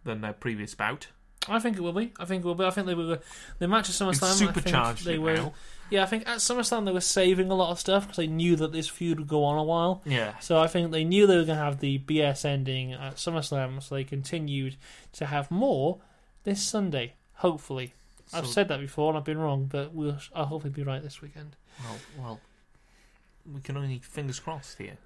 Speaker 2: than their previous bout.
Speaker 1: I think it will be. I think it will be. I think they were the match at
Speaker 2: It's
Speaker 1: SummerSlam. I think
Speaker 2: supercharged.
Speaker 1: they
Speaker 2: it
Speaker 1: were.
Speaker 2: now.
Speaker 1: Yeah, I think at SummerSlam they were saving a lot of stuff because they knew that this feud would go on a while.
Speaker 2: Yeah,
Speaker 1: So I think they knew they were going to have the BS ending at SummerSlam, so they continued to have more this Sunday. Hopefully, I've
Speaker 2: So-
Speaker 1: said that before and I've been wrong, but we'll I'll hopefully be right this weekend.
Speaker 2: Well, well, we can only fingers crossed here.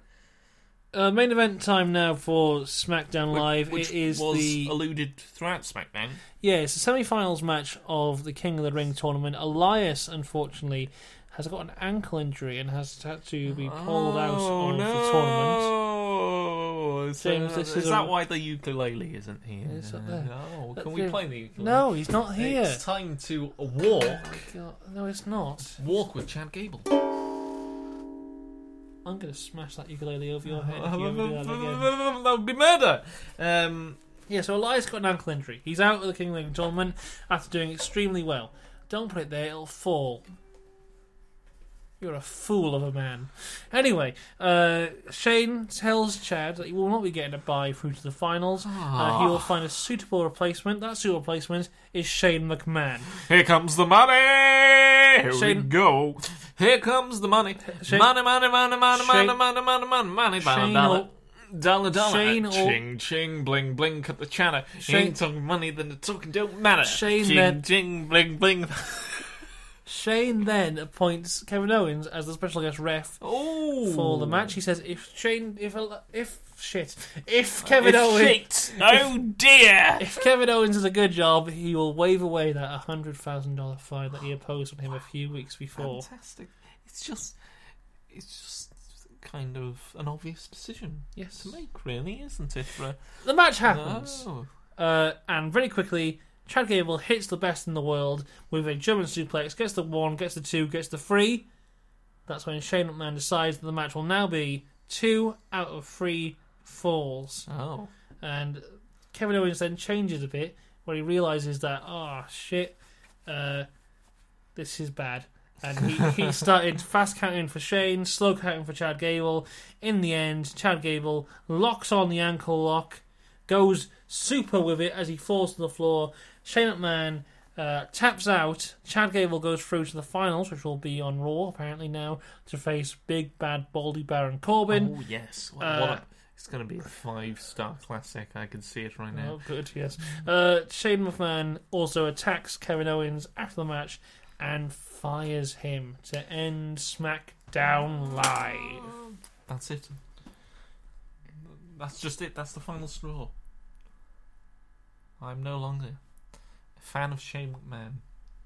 Speaker 1: Uh, main event time now for SmackDown Live.
Speaker 2: which
Speaker 1: it is
Speaker 2: was
Speaker 1: the
Speaker 2: alluded throughout SmackDown.
Speaker 1: yeah, it's the semi-finals match of the King of the Ring tournament. Elias, unfortunately, has got an ankle injury and has had to be pulled out
Speaker 2: oh,
Speaker 1: of
Speaker 2: no.
Speaker 1: the tournament.
Speaker 2: So
Speaker 1: James, this
Speaker 2: is
Speaker 1: is a-
Speaker 2: that why the ukulele isn't here?
Speaker 1: It's up there.
Speaker 2: No,
Speaker 1: That's
Speaker 2: can we
Speaker 1: it.
Speaker 2: play the ukulele?
Speaker 1: No, he's not here.
Speaker 2: It's time to walk.
Speaker 1: God, No, it's not.
Speaker 2: Walk with Chad Gable.
Speaker 1: I'm gonna smash that ukulele over your head if you ever do that again.
Speaker 2: that would be murder. Um,
Speaker 1: Yeah, so Elias got an ankle injury. He's out of the King of the Ring tournament after doing extremely well. Don't put it there; it'll fall. You're a fool of a man. Anyway, uh, Shane tells Chad that he will not be getting a bye through to the finals. Uh,
Speaker 2: Ah,
Speaker 1: he will find a suitable replacement. That suitable replacement is Shane McMahon.
Speaker 2: Here comes the money. Here we
Speaker 1: Shane-
Speaker 2: go. Here comes the money.
Speaker 1: Shane-
Speaker 2: money, money, money, money,
Speaker 1: Shane-
Speaker 2: money, money, money, money, money, dollar,
Speaker 1: Shane
Speaker 2: dollar.
Speaker 1: will-
Speaker 2: Dollar, dollar.
Speaker 1: Shane will-
Speaker 2: ching, ching, bling, bling, cut the channel.
Speaker 1: Shane-
Speaker 2: ain't talking money, then the talking don't matter.
Speaker 1: Shane
Speaker 2: ching,
Speaker 1: then-
Speaker 2: ching, bling, bling.
Speaker 1: Shane then appoints Kevin Owens as the special guest ref
Speaker 2: Oh.
Speaker 1: for the match. He says, "If Shane, if if shit, if Kevin
Speaker 2: It's
Speaker 1: Owens."
Speaker 2: shit. Oh dear.
Speaker 1: If Kevin Owens does a good job, he will waive away that hundred thousand dollar fine that he imposed on him a few weeks before.
Speaker 2: Fantastic. It's just, it's just kind of an obvious decision
Speaker 1: Yes,
Speaker 2: to make, really, isn't it? For a-
Speaker 1: the match happens,
Speaker 2: No.
Speaker 1: uh, and very quickly, Chad Gable hits the best in the world with a German suplex, gets the one, gets the two, gets the three. That's when Shane McMahon decides that the match will now be two out of three falls,
Speaker 2: Oh.
Speaker 1: and Kevin Owens then changes a bit where he realizes that ah shit, uh, this is bad. And he, he started fast counting for Shane, slow counting for Chad Gable. In the end, Chad Gable locks on the ankle lock, goes super with it as he falls to the floor. Shane McMahon uh, taps out. Chad Gable goes through to the finals, which will be on Raw apparently now, to face big bad Baldy Baron Corbin.
Speaker 2: oh yes. What,
Speaker 1: uh,
Speaker 2: what a, it's going to be a five-star classic. I can see it right now.
Speaker 1: Oh, good, yes. Uh, Shane McMahon also attacks Kevin Owens after the match and fires him to end SmackDown Live.
Speaker 2: That's it. That's just it. That's the final straw. I'm no longer a fan of Shane McMahon.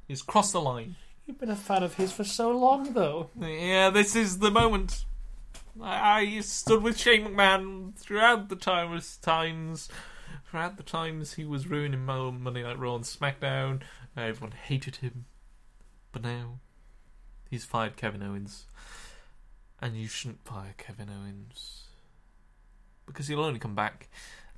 Speaker 2: He's crossed the line.
Speaker 1: You've been a fan of his for so long, though.
Speaker 2: Yeah, this is the moment. I, I stood with Shane McMahon throughout the time times, throughout the times he was ruining Mo- Monday Night Raw and SmackDown. Everyone hated him, but now he's fired Kevin Owens, and you shouldn't fire Kevin Owens because he'll only come back.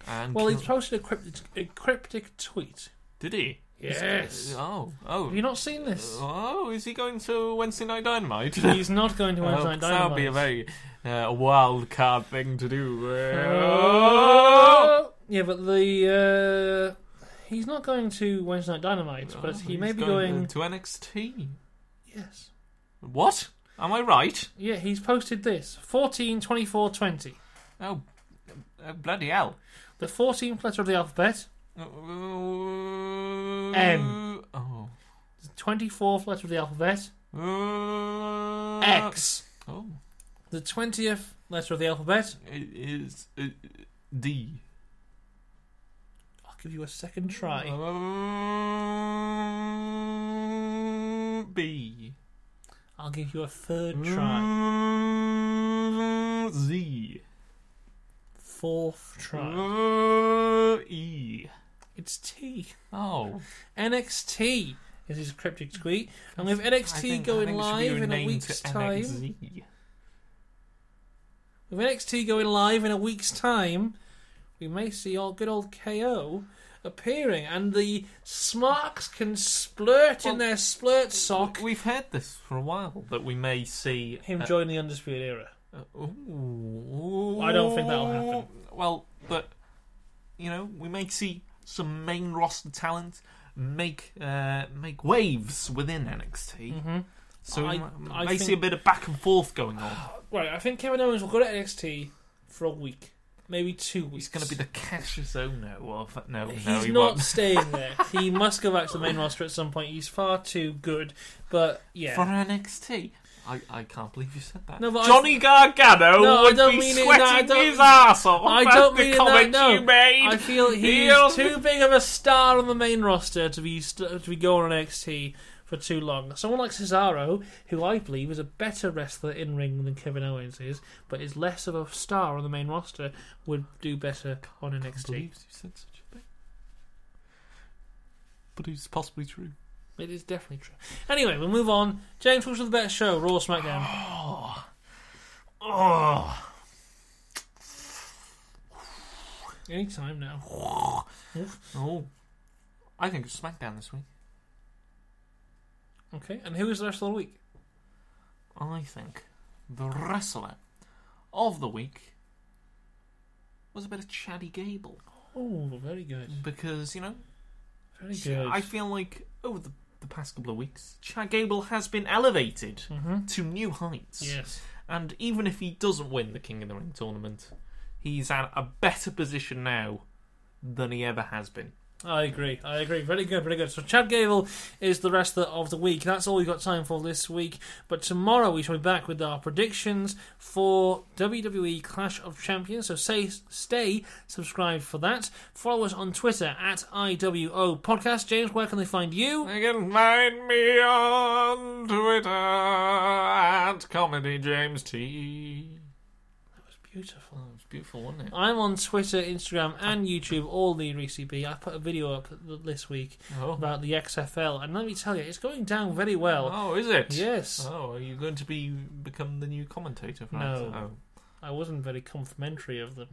Speaker 2: And
Speaker 1: Well, he
Speaker 2: kill-
Speaker 1: posted a cryptic, a cryptic tweet.
Speaker 2: did he?
Speaker 1: Yes.
Speaker 2: Oh, oh,
Speaker 1: Have you not seen this?
Speaker 2: oh! Is he going to Wednesday Night Dynamite?
Speaker 1: He's not going to Wednesday
Speaker 2: Oh,
Speaker 1: Night
Speaker 2: 'cause That would be a
Speaker 1: Dynamite.
Speaker 2: very uh, wild card thing to do.
Speaker 1: Oh! Yeah, but the. Uh, he's not going to Wednesday Night Dynamite, but he may
Speaker 2: Oh, he's
Speaker 1: be going.
Speaker 2: to NXT.
Speaker 1: Yes.
Speaker 2: What? Am I right?
Speaker 1: Yeah, he's posted this 14, 24, 20.
Speaker 2: Oh, uh, bloody hell!
Speaker 1: The 14th letter of the alphabet,
Speaker 2: M. Oh.
Speaker 1: the 24th letter of the alphabet,
Speaker 2: Uh,
Speaker 1: X.
Speaker 2: Oh,
Speaker 1: The 20th letter of the alphabet,
Speaker 2: it is uh, D.
Speaker 1: I'll give you a second try.
Speaker 2: Uh, B.
Speaker 1: I'll give you a third
Speaker 2: Mm.
Speaker 1: try.
Speaker 2: Uh, Z.
Speaker 1: Fourth
Speaker 2: Mm.
Speaker 1: try.
Speaker 2: Uh, E.
Speaker 1: It's T.
Speaker 2: Oh,
Speaker 1: NXT is his cryptic tweet. And with
Speaker 2: I
Speaker 1: NXT
Speaker 2: think- I
Speaker 1: going
Speaker 2: think we should
Speaker 1: live in a
Speaker 2: rename
Speaker 1: week's
Speaker 2: to
Speaker 1: time.
Speaker 2: NXZ.
Speaker 1: With NXT going live in a week's time, we may see our good old KO appearing, and the Smarks can splurt in
Speaker 2: Well,
Speaker 1: their splurt sock.
Speaker 2: We've heard this for a while that we may see
Speaker 1: Him
Speaker 2: uh,
Speaker 1: join the Undisputed Era.
Speaker 2: uh, ooh.
Speaker 1: I don't think that'll happen.
Speaker 2: Well, but you know, we may see some main roster talent make uh, make waves within NXT.
Speaker 1: Mm-hmm.
Speaker 2: So we
Speaker 1: Hmm. I-
Speaker 2: might-
Speaker 1: I
Speaker 2: may see a
Speaker 1: think-
Speaker 2: bit of back and forth going on.
Speaker 1: Right, I think Kevin Owens will go to NXT for a week, maybe two weeks.
Speaker 2: He's going to be the Cassius Ohno of no, no,
Speaker 1: He's
Speaker 2: he
Speaker 1: not
Speaker 2: won't.
Speaker 1: staying there. He must go back to the main roster at some point. He's far too good. But yeah,
Speaker 2: for NXT. I, I can't believe you said that.
Speaker 1: No, but I-
Speaker 2: Johnny Gargano
Speaker 1: No, I
Speaker 2: would
Speaker 1: don't
Speaker 2: be
Speaker 1: mean it in
Speaker 2: sweating
Speaker 1: that- I don't-
Speaker 2: his ass off.
Speaker 1: I
Speaker 2: at
Speaker 1: don't
Speaker 2: the
Speaker 1: mean it in
Speaker 2: comment
Speaker 1: that. No,
Speaker 2: you made.
Speaker 1: I feel he's
Speaker 2: He'll-
Speaker 1: too big of a star on the main roster to be st- to be going on NXT for too long. Someone like Cesaro, who I believe is a better wrestler in ring than Kevin Owens is, but is less of a star on the main roster, would do better on
Speaker 2: Can't
Speaker 1: NXT.
Speaker 2: believe you said such a thing. But it's possibly true.
Speaker 1: It is definitely true. Anyway, we'll move on. James, what's the best show? Raw, or SmackDown.
Speaker 2: Oh,
Speaker 1: Any time now.
Speaker 2: oh. I think it's SmackDown this week.
Speaker 1: Okay. And who is the rest of the week?
Speaker 2: I think the wrestler of the week was a bit of Chaddy Gable
Speaker 1: Oh, very good.
Speaker 2: because you know
Speaker 1: Very good.
Speaker 2: I feel like over the, the past couple of weeks, Chad Gable has been elevated to new heights.
Speaker 1: Mm-hmm. yes.
Speaker 2: And even if he doesn't win the King of the Ring tournament, he's at a better position now than he ever has been.
Speaker 1: I agree. I agree. Very good. Very good. So Chad Gable is the wrestler of the week. That's all we've got time for this week. But tomorrow we shall be back with our predictions for WWE Clash of Champions. So say, stay subscribed for that. Follow us on Twitter at IWO Podcast. James, where can they find you?
Speaker 2: You can find me on Twitter at Comedy James T.
Speaker 1: That was beautiful.
Speaker 2: Well, it was beautiful, wasn't it?
Speaker 1: I'm on Twitter, Instagram, and YouTube. All the ECB. I put a video up th- this week
Speaker 2: Oh,
Speaker 1: about the XFL, and let me tell you, it's going down very well.
Speaker 2: oh is it?
Speaker 1: Yes.
Speaker 2: Oh, are you going to be become the new commentator for
Speaker 1: No.
Speaker 2: that? Oh.
Speaker 1: I wasn't very complimentary of them.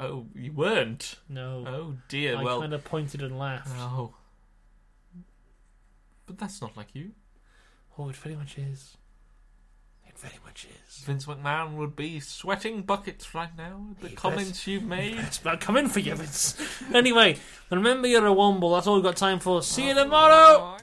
Speaker 2: Oh, you weren't.
Speaker 1: No.
Speaker 2: Oh dear.
Speaker 1: I
Speaker 2: well,
Speaker 1: kind of pointed and laughed.
Speaker 2: Oh. But that's not like you.
Speaker 1: Oh, it very much is. It very much is.
Speaker 2: Vince McMahon would be sweating buckets right now at the
Speaker 1: He
Speaker 2: comments you've made.
Speaker 1: It's about
Speaker 2: Uh-huh.
Speaker 1: coming for you, Vince. anyway, remember you're a womble. That's all we've got time for. See you tomorrow.